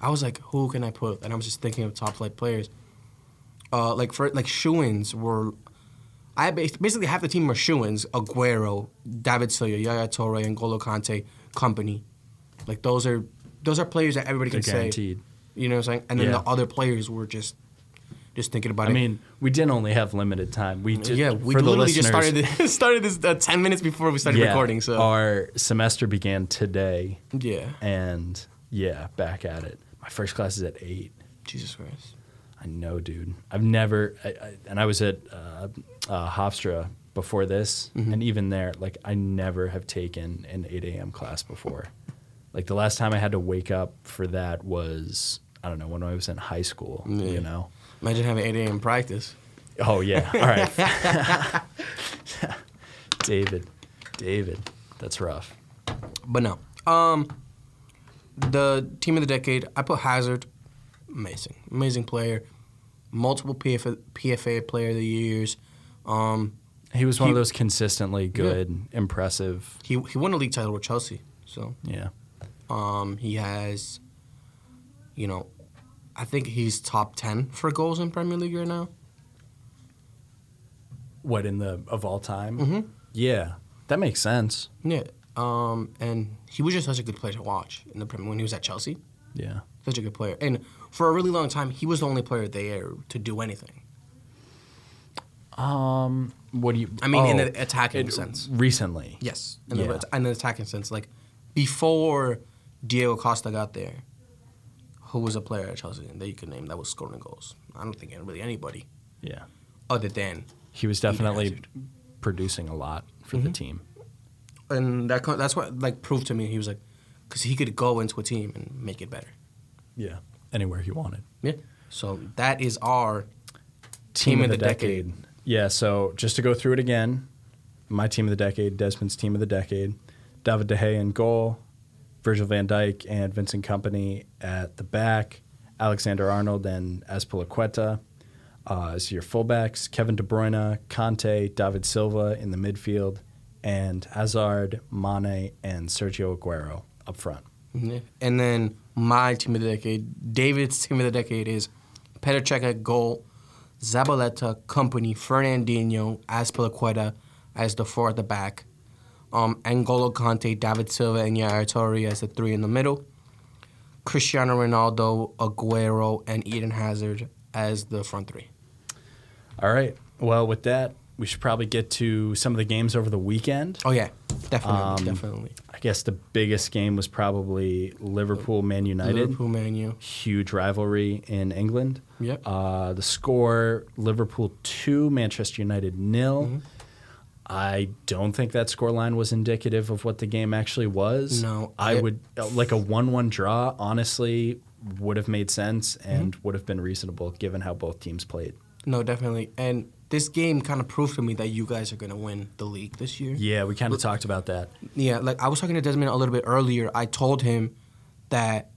Speaker 2: I was like, who can I put? And I was just thinking of top flight players. Uh, like for like shoo-ins were. I bas- basically half the team were shoo-ins: Aguero, David Silva, Yaya Torre, and Golo Kante, company. Like those are those are players that everybody
Speaker 3: They're
Speaker 2: can say.
Speaker 3: guaranteed.
Speaker 2: You know what I'm saying? And then
Speaker 3: Yeah.
Speaker 2: the other players were just just thinking about
Speaker 3: I
Speaker 2: it.
Speaker 3: mean, we did only have limited time. We did,
Speaker 2: yeah, we
Speaker 3: for the
Speaker 2: literally just
Speaker 3: listeners,
Speaker 2: started this, started this uh, ten minutes before we started
Speaker 3: yeah,
Speaker 2: recording. So
Speaker 3: our semester began today,
Speaker 2: yeah,
Speaker 3: and yeah, back at it. My first class is at eight.
Speaker 2: Jesus Christ.
Speaker 3: I know, dude. I've never, I, I, and I was at uh, uh, Hofstra before this, and even there, like I never have taken an 8 a.m. class before. like the last time I had to wake up for that was I don't know when I was in high school. You know?
Speaker 2: Imagine having 8 a.m. practice.
Speaker 3: Oh yeah. All right. David, David, that's rough.
Speaker 2: But no. Um, the team of the decade, I put Hazard. Amazing. Amazing player. Multiple PFA, PFA player of the years. Um,
Speaker 3: He was one of
Speaker 2: He-
Speaker 3: those consistently good, impressive.
Speaker 2: he, he won a league title with Chelsea. So
Speaker 3: Yeah.
Speaker 2: um, he has, you know, I think he's top 10 for goals in Premier League right now.
Speaker 3: What in the of all time? Mm-hmm. Yeah, that makes sense.
Speaker 2: Yeah. Um, and he was just such a good player to watch in the Premier when he was at Chelsea.
Speaker 3: Yeah.
Speaker 2: Such a good player. And for a really long time, he was the only player there to do anything.
Speaker 3: Um, what do you?
Speaker 2: I mean, in
Speaker 3: oh,
Speaker 2: an attacking sense.
Speaker 3: Recently,
Speaker 2: Yes, in, the,
Speaker 3: Yeah.
Speaker 2: in the attacking sense, like before Diego Costa got there, who was a player at Chelsea that you could name that was scoring goals? I don't think really anybody
Speaker 3: yeah,
Speaker 2: other than,
Speaker 3: he was definitely
Speaker 2: Hazard.
Speaker 3: producing a lot for
Speaker 2: Mm-hmm.
Speaker 3: the team.
Speaker 2: and that co- that's what like proved to me he was like, because he could go into a team and make it better.
Speaker 3: Yeah, anywhere he wanted.
Speaker 2: Yeah. So that is our
Speaker 3: Team,
Speaker 2: of the decade.
Speaker 3: Yeah. So just to go through it again, my team of the decade, Desmond's team of the decade, David De Gea in goal, Virgil Van Dijk and Vincent Company at the back, Alexander Arnold and Azpilicueta. Uh, as your fullbacks, Kevin De Bruyne, Conte, David Silva in the midfield, and Hazard, Mane, and Sergio Aguero up front.
Speaker 2: Yeah. And then my team of the decade, David's team of the decade is Petr Cech, Goal, Zabaleta, Company, Fernandinho, Aspilaqueta as the four at the back, um, Angolo Conte, David Silva, and Yaya Toure as the three in the middle, Cristiano Ronaldo, Aguero, and Eden Hazard as the front three.
Speaker 3: All right. Well, with that, we should probably get to some of the games over the weekend.
Speaker 2: Oh, yeah, definitely,
Speaker 3: Um,
Speaker 2: definitely.
Speaker 3: I guess the biggest game was probably Liverpool Man United.
Speaker 2: Liverpool, Man U.
Speaker 3: Huge rivalry in England.
Speaker 2: Yep.
Speaker 3: Uh, the score Liverpool 2, Manchester United nil. I don't think that scoreline was indicative of what the game actually was.
Speaker 2: No,
Speaker 3: I
Speaker 2: I-
Speaker 3: would, like a 1 1 draw, honestly, would have made sense and would have been reasonable given how both teams played.
Speaker 2: No, definitely. And this game kind of proved to me that you guys are going to win the league this year.
Speaker 3: Yeah, we kind of talked about that.
Speaker 2: Yeah, like I was talking to Desmond a little bit earlier. I told him that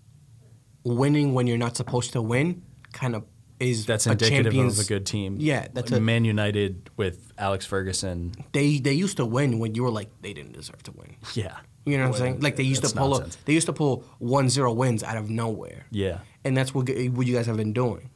Speaker 2: winning when you're not supposed to win kind of is
Speaker 3: That's
Speaker 2: a
Speaker 3: indicative
Speaker 2: champions,
Speaker 3: of a good team.
Speaker 2: Yeah, that's a-
Speaker 3: Man United with Alex Ferguson.
Speaker 2: They they used to win when you were like they didn't deserve to win.
Speaker 3: Yeah.
Speaker 2: You know what I'm saying? Like they used
Speaker 3: That's
Speaker 2: to pull up.
Speaker 3: nonsense.
Speaker 2: They used to pull 1-0 wins out of nowhere.
Speaker 3: Yeah.
Speaker 2: and that's what g- what you guys have been doing.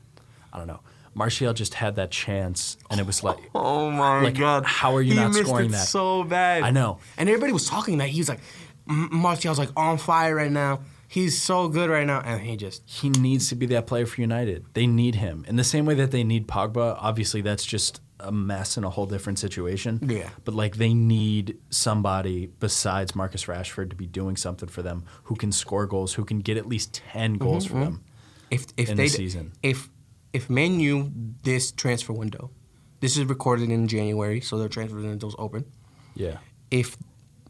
Speaker 3: I don't know. Martial just had that chance, and it was like,
Speaker 2: Oh my
Speaker 3: Like, God. how are you He not missed scoring it that? so
Speaker 2: bad.
Speaker 3: I know.
Speaker 2: And everybody was talking that he was like, M- Martial's like on fire right now. He's so good right now, and he just
Speaker 3: he needs to be that player for United. They need him in the same way that they need Pogba. Obviously, that's just a mess and a whole different situation.
Speaker 2: Yeah.
Speaker 3: But like, they need somebody besides Marcus Rashford to be doing something for them who can score goals, who can get at least 10 goals for them.
Speaker 2: if if
Speaker 3: in
Speaker 2: they
Speaker 3: the season.
Speaker 2: if if Man U this transfer window, this is recorded in January, so their transfer window's open.
Speaker 3: Yeah.
Speaker 2: If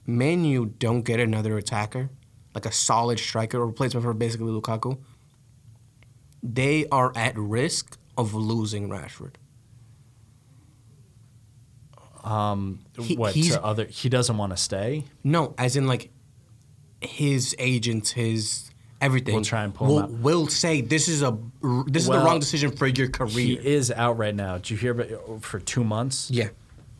Speaker 2: Man U don't get another attacker, like a solid striker replacement for basically Lukaku, they are at risk of losing Rashford. He-
Speaker 3: what
Speaker 2: he's-
Speaker 3: to other? He doesn't want to stay.
Speaker 2: No, as in like his agents, his everything.
Speaker 3: We'll try and pull him
Speaker 2: will,
Speaker 3: out.
Speaker 2: will say this is a this is
Speaker 3: Well,
Speaker 2: the wrong decision for your
Speaker 3: He
Speaker 2: career.
Speaker 3: is out right now. Did you hear about for two months?
Speaker 2: Yeah.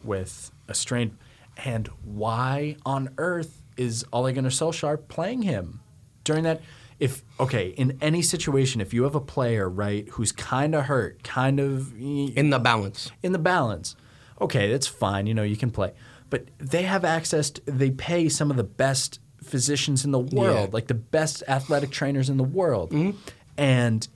Speaker 3: With a strain. And why on earth is Ole Gunnar Solskjaer playing him during that? If okay, in any situation, if you have a player right who's kind of hurt, kind of
Speaker 2: in the balance.
Speaker 3: in the balance. Okay, that's fine. You know, you can play. But they have access, to, they pay some of the best physicians in the world, like the best athletic trainers in the world.
Speaker 2: Mm-hmm.
Speaker 3: And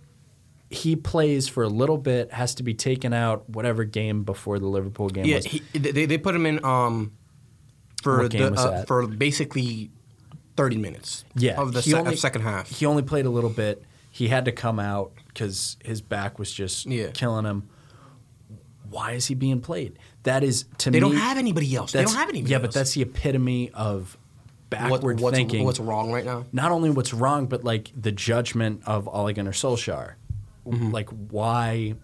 Speaker 3: he plays for a little bit, has to be taken out whatever game before the Liverpool game
Speaker 2: Yeah,
Speaker 3: was.
Speaker 2: he, they, they put him in um for
Speaker 3: What game
Speaker 2: the
Speaker 3: was
Speaker 2: uh,
Speaker 3: that?
Speaker 2: for basically thirty minutes.
Speaker 3: yeah,
Speaker 2: of the
Speaker 3: he
Speaker 2: se-
Speaker 3: only-
Speaker 2: of second half.
Speaker 3: He only played a little bit. He had to come out because his back was just
Speaker 2: Yeah.
Speaker 3: killing him. Why is he being played? That is to
Speaker 2: they
Speaker 3: me.
Speaker 2: don't have anybody else. They don't
Speaker 3: That's-
Speaker 2: have anybody.
Speaker 3: Yeah,
Speaker 2: else.
Speaker 3: but that's the epitome of
Speaker 2: What-
Speaker 3: backward
Speaker 2: what's,
Speaker 3: thinking.
Speaker 2: What's wrong right now?
Speaker 3: Not only what's wrong, but like the judgment of Ole Gunnar Solskjaer.
Speaker 2: Mm-hmm.
Speaker 3: Like why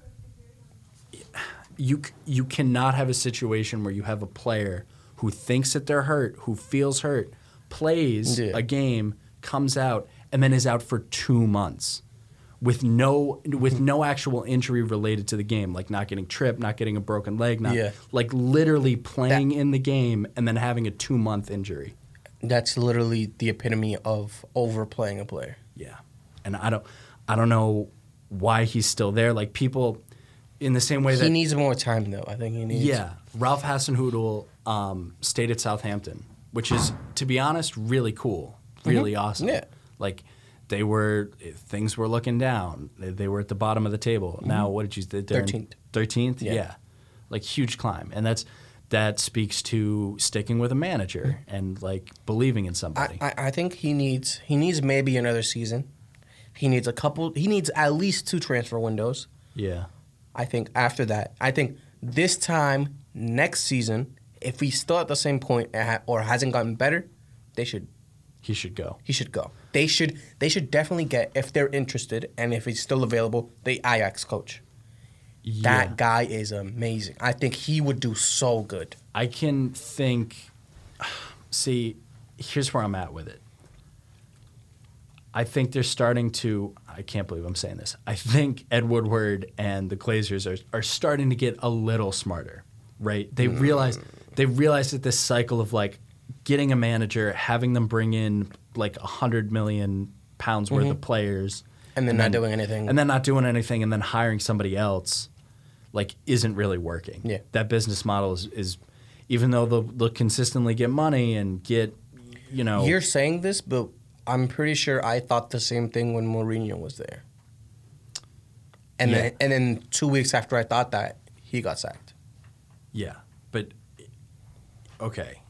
Speaker 3: you c- you cannot have a situation where you have a player who thinks that they're hurt, who feels hurt, plays
Speaker 2: Yeah.
Speaker 3: a game, comes out, and then is out for two months with no with
Speaker 2: Mm-hmm.
Speaker 3: no actual injury related to the game, like not getting tripped, not getting a broken leg, not
Speaker 2: Yeah.
Speaker 3: like literally playing in the game and then having a two month injury.
Speaker 2: That's literally the epitome of overplaying a player.
Speaker 3: Yeah. And I don't I don't know why he's still there. Like people in the same way that
Speaker 2: He needs more time though. I think he needs.
Speaker 3: Yeah. Ralph Hasenhudel um, stayed at Southampton, which is to be honest, really cool. Really awesome.
Speaker 2: Mm-hmm. Yeah.
Speaker 3: Like they were things were looking down. They, they were at the bottom of the table. Now what did you they
Speaker 2: 13th.
Speaker 3: Thirteenth, yeah.
Speaker 2: Mm-hmm. Yeah.
Speaker 3: like huge climb, and that's that speaks to sticking with a manager
Speaker 2: Mm-hmm.
Speaker 3: and like believing in
Speaker 2: I,
Speaker 3: somebody.
Speaker 2: I, I think he needs he needs maybe another season. He needs a couple. He needs at least two transfer windows.
Speaker 3: yeah,
Speaker 2: I think after that, I think this time next season, if he's still at the same point and ha- or hasn't gotten better, they should
Speaker 3: he should go.
Speaker 2: he should go. They should they should definitely get if they're interested and if he's still available, the Ajax coach.
Speaker 3: Yeah.
Speaker 2: That guy is amazing. I think he would do so good.
Speaker 3: I can think. See, here's where I'm at with it. I think they're starting to. I can't believe I'm saying this. I think Ed Woodward and the Glazers are, are starting to get a little smarter, right? They realize they realize that this cycle of like getting a manager, having them bring in like a hundred million pounds worth of players
Speaker 2: And then not doing anything.
Speaker 3: and then not doing anything and then hiring somebody else like isn't really working.
Speaker 2: Yeah.
Speaker 3: That business model is, is even though they'll, they'll consistently get money and get you know
Speaker 2: You're saying this, but I'm pretty sure I thought the same thing when Mourinho was there. And then, and then two weeks after I thought that, he got sacked.
Speaker 3: Yeah, but okay,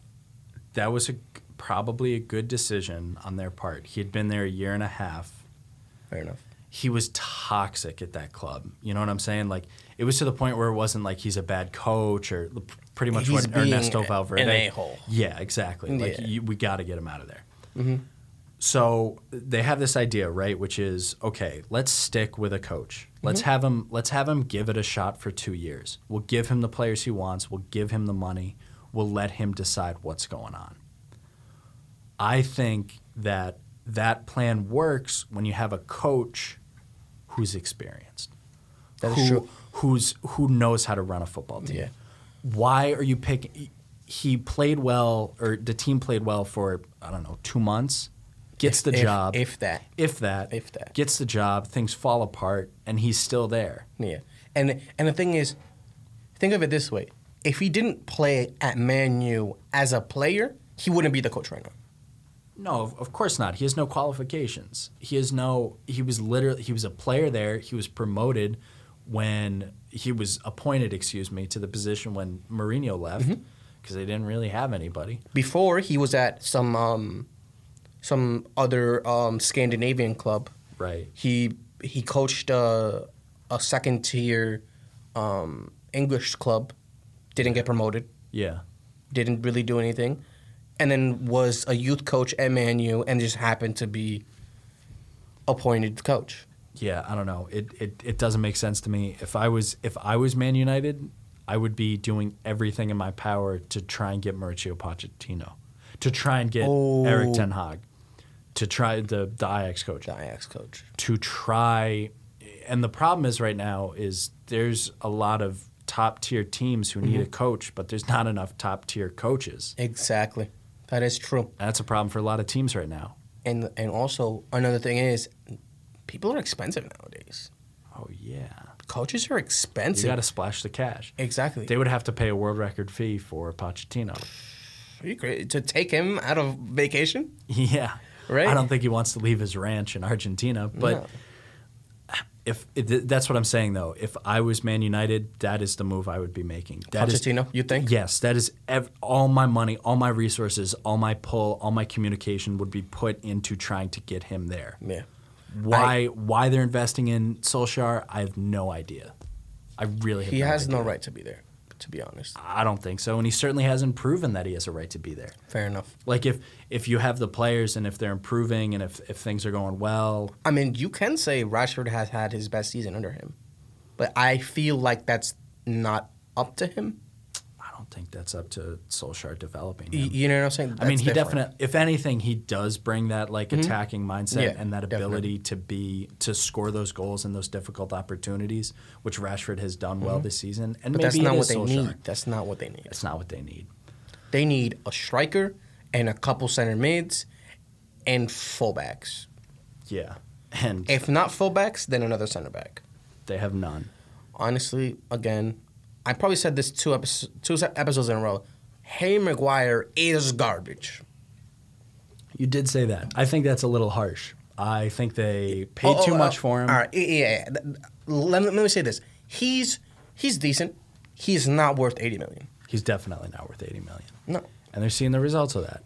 Speaker 3: that was a, probably a good decision on their part. He had been there a year and a half.
Speaker 2: Fair enough.
Speaker 3: He was toxic at that club. You know what I'm saying? Like it was to the point where it wasn't like he's a bad coach or l- pretty much
Speaker 2: He's
Speaker 3: what
Speaker 2: being
Speaker 3: Ernesto
Speaker 2: an
Speaker 3: Valverde.
Speaker 2: a-hole.
Speaker 3: Yeah, exactly. Like
Speaker 2: Yeah. Mm-hmm.
Speaker 3: you, we got to get him out of there. So they have this idea, right? Which is okay. Let's stick with a coach.
Speaker 2: Mm-hmm.
Speaker 3: Let's have him. Let's have him give it a shot for two years. We'll give him the players he wants. We'll give him the money. We'll let him decide what's going on. I think that that plan works when you have a coach who's experienced,
Speaker 2: That is
Speaker 3: who
Speaker 2: true.
Speaker 3: who's who knows how to run a football team.
Speaker 2: Yeah.
Speaker 3: Why are you picking? He played well, or the team played well for I don't know two months, gets the
Speaker 2: If-
Speaker 3: job,
Speaker 2: If that.
Speaker 3: if that,
Speaker 2: if that.
Speaker 3: gets the job, things fall apart, and he's still there.
Speaker 2: Yeah. And and the thing is, think of it this way. If he didn't play at Man U as a player, he wouldn't be the coach right now.
Speaker 3: No, of- of course not. He has no qualifications. He has no. He was literally. He was a player there. He was promoted when he was appointed. Excuse me to the position when Mourinho left because they didn't really have anybody.
Speaker 2: Before he was at some um, some other um, Scandinavian club.
Speaker 3: Right.
Speaker 2: He he coached a, a second tier um, English club. Didn't get promoted.
Speaker 3: Yeah.
Speaker 2: Didn't really do anything. And then was a youth coach at Man U and just happened to be appointed coach.
Speaker 3: Yeah. I don't know. It, it it doesn't make sense to me. If I was if I was Man United, I would be doing everything in my power to try and get Mauricio Pochettino, to try and get Eric
Speaker 2: Oh.
Speaker 3: Ten Hag, to try the the Ajax coach.
Speaker 2: The Ajax coach.
Speaker 3: to try and the problem is right now is there's a lot of top tier teams who need a coach but there's not enough top tier coaches
Speaker 2: Exactly. That is true.
Speaker 3: and that's a problem for a lot of teams right now
Speaker 2: And and also another thing is people are expensive nowadays.
Speaker 3: oh yeah
Speaker 2: Coaches are
Speaker 3: you
Speaker 2: expensive.
Speaker 3: got to splash the cash
Speaker 2: exactly.
Speaker 3: they would have to pay a world record fee for Pochettino
Speaker 2: are you crazy? To take him out of vacation?
Speaker 3: yeah
Speaker 2: Right.
Speaker 3: I don't think he wants to leave his ranch in Argentina but
Speaker 2: No.
Speaker 3: if if- that's what I'm saying though if I was Man United that is the move I would be making That is-
Speaker 2: Pochettino, you think?
Speaker 3: Yes, that is ev- all my money, all my resources, all my pull, all my communication would be put into trying to get him there.
Speaker 2: Yeah.
Speaker 3: Why why they're investing in Solskjaer, I have no idea. I really have
Speaker 2: He
Speaker 3: no
Speaker 2: has
Speaker 3: idea.
Speaker 2: no right to be there, to be honest.
Speaker 3: I don't think so, and he certainly hasn't proven that he has a right to be there.
Speaker 2: Fair enough.
Speaker 3: Like if if you have the players and if they're improving and if, if things are going well,
Speaker 2: I mean, you can say Rashford has had his best season under him, but I feel like that's not up to him.
Speaker 3: I don't think that's up to Solskjaer developing.
Speaker 2: Y-
Speaker 3: Him.
Speaker 2: You know what I'm saying?
Speaker 3: I mean,
Speaker 2: That's
Speaker 3: he
Speaker 2: different. Mm-hmm.
Speaker 3: definitely, if anything, he does bring that like attacking mindset
Speaker 2: Yeah,
Speaker 3: and that
Speaker 2: definitely.
Speaker 3: ability to be to score those goals and those difficult opportunities, which Rashford has done well this season. And
Speaker 2: Mm-hmm. But
Speaker 3: maybe
Speaker 2: that's not
Speaker 3: it
Speaker 2: what
Speaker 3: is
Speaker 2: they
Speaker 3: Solskjaer.
Speaker 2: need. That's not what they need.
Speaker 3: It's not what they need.
Speaker 2: They need a striker and a couple center mids and fullbacks.
Speaker 3: Yeah, and
Speaker 2: If not fullbacks, then another center back.
Speaker 3: they have none.
Speaker 2: Honestly, again, I probably said this two, episo- two se- episodes in a row. Harry Maguire is garbage.
Speaker 3: You did say that. I think that's a little harsh. I think they paid
Speaker 2: Oh, oh,
Speaker 3: too
Speaker 2: oh,
Speaker 3: much for him.
Speaker 2: All right, yeah, yeah, yeah. Th- Let me, let me say this. He's he's decent. He's not worth 80 million.
Speaker 3: He's definitely not worth eighty million.
Speaker 2: No.
Speaker 3: and they're seeing the results of that.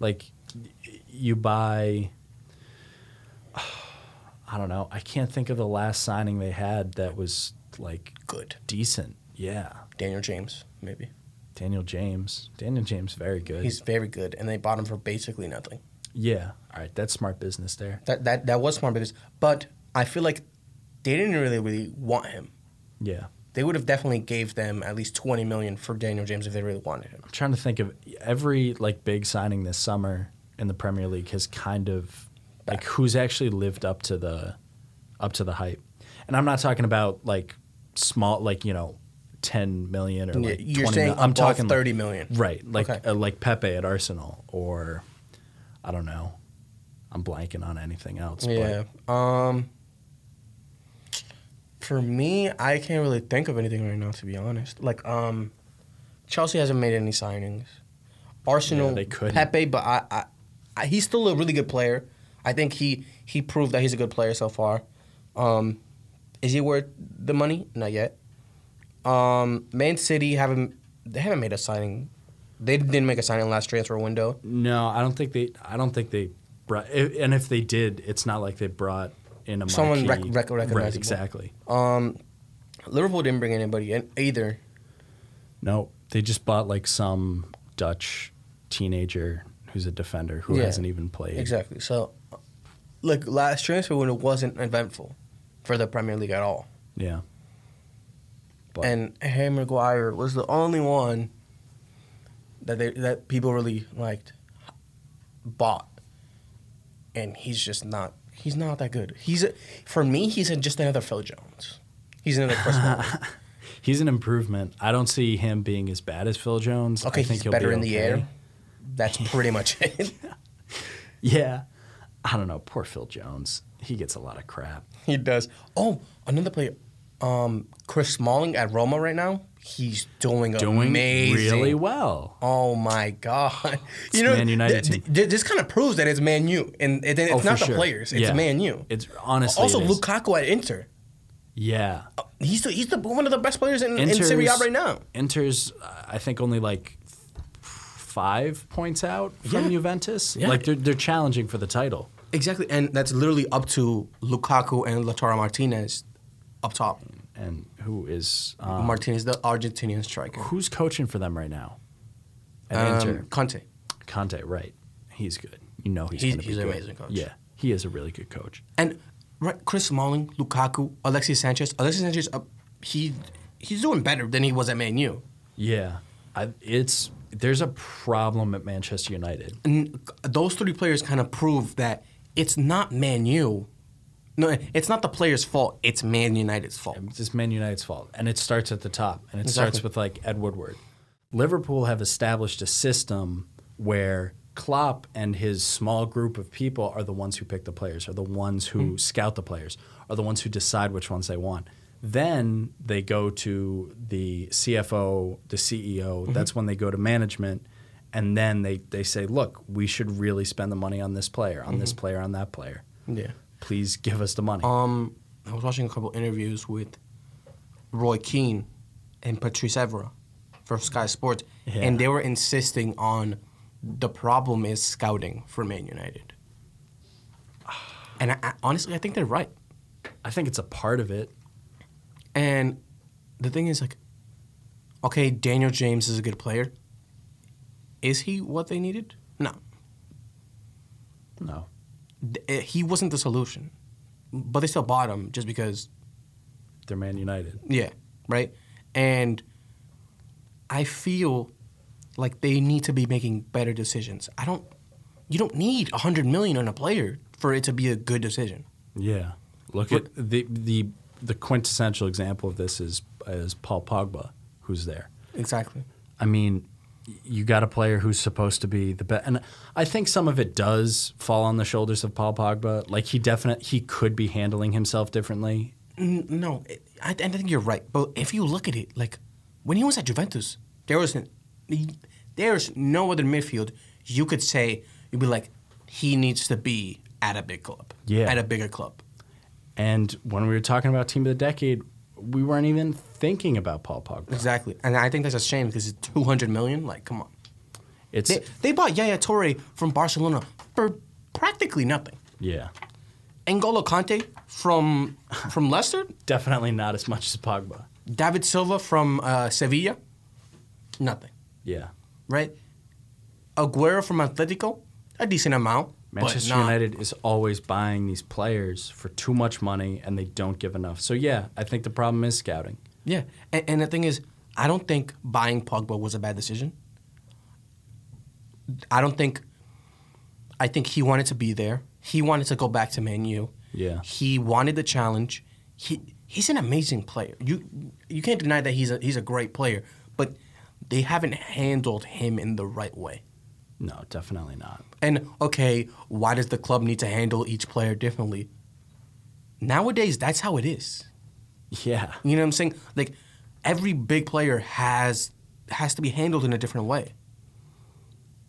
Speaker 3: Like y- you buy I don't know. I can't think of the last signing they had that was like
Speaker 2: Good.
Speaker 3: decent. Yeah.
Speaker 2: Daniel James, maybe.
Speaker 3: Daniel James. Daniel James very good.
Speaker 2: He's very good and they bought him for basically nothing.
Speaker 3: yeah. All right, that's smart business there.
Speaker 2: That that that was smart because, but I feel like they didn't really really want him.
Speaker 3: Yeah.
Speaker 2: They would have definitely gave them at least twenty million for Daniel James if they really wanted him.
Speaker 3: I'm trying to think of every like big signing this summer in the Premier League has kind of like who's actually lived up to the up to the hype. And I'm not talking about like small like you know 10 million or like
Speaker 2: You're
Speaker 3: 20
Speaker 2: saying
Speaker 3: mil- I'm
Speaker 2: above
Speaker 3: talking like-
Speaker 2: thirty million,
Speaker 3: Right, like
Speaker 2: Okay.
Speaker 3: uh, like Pepe at Arsenal or I don't know. I'm blanking on anything else.
Speaker 2: Yeah. Um. For me, I can't really think of anything right now, to be honest. Like, um, Chelsea hasn't made any signings. Arsenal,
Speaker 3: Yeah, they couldn't.
Speaker 2: Pepe, but I, I, I, he's still a really good player. I think he he proved that he's a good player so far. Um, is he worth the money? Not yet. Um, Man City haven't they haven't made a signing. They didn't make a signing last transfer window.
Speaker 3: But no, I don't think they. I don't think they brought. i- And if they did, it's not like they brought in a
Speaker 2: Someone
Speaker 3: marquee-
Speaker 2: rec- rec-
Speaker 3: Right,
Speaker 2: recognizable.
Speaker 3: exactly.
Speaker 2: Um, Liverpool didn't bring anybody in either.
Speaker 3: No, they just bought like some Dutch teenager who's a defender who
Speaker 2: Yeah,
Speaker 3: hasn't even played.
Speaker 2: Exactly. So, like last transfer window wasn't eventful for the Premier League at all,
Speaker 3: Yeah. But-
Speaker 2: and Harry Maguire was the only one that they that people really liked, bought, and he's just not. He's not that good. He's a, for me. He's a, just another Phil Jones. He's another Chris Smalling.
Speaker 3: He's an improvement. I don't see him being as bad as Phil Jones.
Speaker 2: Okay,
Speaker 3: I think
Speaker 2: he's
Speaker 3: he'll
Speaker 2: better
Speaker 3: be
Speaker 2: in the
Speaker 3: okay.
Speaker 2: air. That's pretty much it.
Speaker 3: Yeah. I don't know. Poor Phil Jones. He gets a lot of crap.
Speaker 2: He does. Oh, another player. Um, Chris Smalling at Roma right now. He's doing,
Speaker 3: Doing
Speaker 2: amazing.
Speaker 3: really well.
Speaker 2: Oh my god! you
Speaker 3: Man United
Speaker 2: th-
Speaker 3: team.
Speaker 2: th- this kind of proves that it's Man U, and it, it's
Speaker 3: Oh,
Speaker 2: not
Speaker 3: for
Speaker 2: the
Speaker 3: sure.
Speaker 2: players. It's
Speaker 3: Yeah.
Speaker 2: Man U.
Speaker 3: It's honestly
Speaker 2: also
Speaker 3: it is.
Speaker 2: Lukaku at Inter.
Speaker 3: Yeah.
Speaker 2: He's the, he's the one of the best players in, in
Speaker 3: Inter's-
Speaker 2: Serie A right now.
Speaker 3: Inter's, uh, I think, only like f- five points out from
Speaker 2: Yeah.
Speaker 3: Juventus.
Speaker 2: Yeah.
Speaker 3: Like they're they're challenging for the title.
Speaker 2: Exactly, and that's literally up to Lukaku and Lautaro Martinez up top.
Speaker 3: And who is um,
Speaker 2: Martinez, the Argentinian striker.
Speaker 3: who's coaching for them right now? At Inter.
Speaker 2: Um, Conte.
Speaker 3: Conte, right? He's good. You know he's
Speaker 2: He's-
Speaker 3: gonna be
Speaker 2: he's an
Speaker 3: good.
Speaker 2: amazing coach.
Speaker 3: Yeah, he is a really good coach.
Speaker 2: And right, Chris Smalling, Lukaku, Alexis Sanchez. Alexis Sanchez, uh, he he's doing better than he was at Man U.
Speaker 3: Yeah, I, it's there's a problem at Manchester United.
Speaker 2: And those three players kind of prove that it's not Man U. No, it's not the players' fault. It's Man United's fault.
Speaker 3: It's just Man United's fault, and it starts at the top, and it starts
Speaker 2: Exactly.
Speaker 3: with like Ed Woodward. Liverpool have established a system where Klopp and his small group of people are the ones who pick the players, are the ones who scout the players, are the ones who decide which ones they want. Then they go to the CFO, the CEO. That's when they go to management, and then they they say, "Look, we should really spend the money on this player, on this player, on that player.
Speaker 2: Yeah.
Speaker 3: Please give us the money."
Speaker 2: Um, I was watching a couple interviews with Roy Keane and Patrice Evra for Sky Sports,
Speaker 3: Yeah.
Speaker 2: and they were insisting on the problem is scouting for Man United. And I, I, honestly, I think they're right.
Speaker 3: I think it's a part of it.
Speaker 2: And the thing is, like, okay, Daniel James is a good player. Is he what they needed? No,
Speaker 3: No.
Speaker 2: Th- eh, he wasn't the solution. But they still bought him just because,
Speaker 3: They're Man United.
Speaker 2: yeah, right. And I feel like they need to be making better decisions. I don't. You don't need a hundred million on a player for it to be a good decision.
Speaker 3: Yeah. Look at the the the quintessential example of this is is Paul Pogba, who's there.
Speaker 2: Exactly.
Speaker 3: I mean, y- you got a player who's supposed to be the best, and I think some of it does fall on the shoulders of Paul Pogba. Like he definitely he could be handling himself differently.
Speaker 2: N- No, it- I, I think you're right. But if you look at it, like when he was at Juventus, there wasn't, there's no other midfield you could say you'd be like, he needs to be at a big club,
Speaker 3: Yeah.
Speaker 2: at a bigger club.
Speaker 3: And when we were talking about team of the decade, we weren't even thinking about Paul Pogba.
Speaker 2: Exactly, and I think that's a shame because it's 200 million. Like, come on,
Speaker 3: It's
Speaker 2: they, they bought Yaya Torre from Barcelona for practically nothing.
Speaker 3: yeah,
Speaker 2: N'Golo Conte from from Leicester,
Speaker 3: definitely not as much as Pogba.
Speaker 2: David Silva from uh, Sevilla, nothing.
Speaker 3: Yeah,
Speaker 2: right? Aguero from Atletico, a decent amount. but
Speaker 3: Manchester
Speaker 2: not-
Speaker 3: United is always buying these players for too much money and they don't give enough. So yeah, I think the problem is scouting.
Speaker 2: Yeah. And, and the thing is, I don't think buying Pogba was a bad decision. I don't think. I think he wanted to be there. He wanted to go back to Man U.
Speaker 3: Yeah.
Speaker 2: He wanted the challenge. He he's an amazing player. You you can't deny that he's a he's a great player, but they haven't handled him in the right way.
Speaker 3: No, definitely not.
Speaker 2: And okay, why does the club need to handle each player differently? Nowadays, that's how it is.
Speaker 4: Yeah.
Speaker 2: You know what I'm saying? Like every big player has has to be handled in a different way.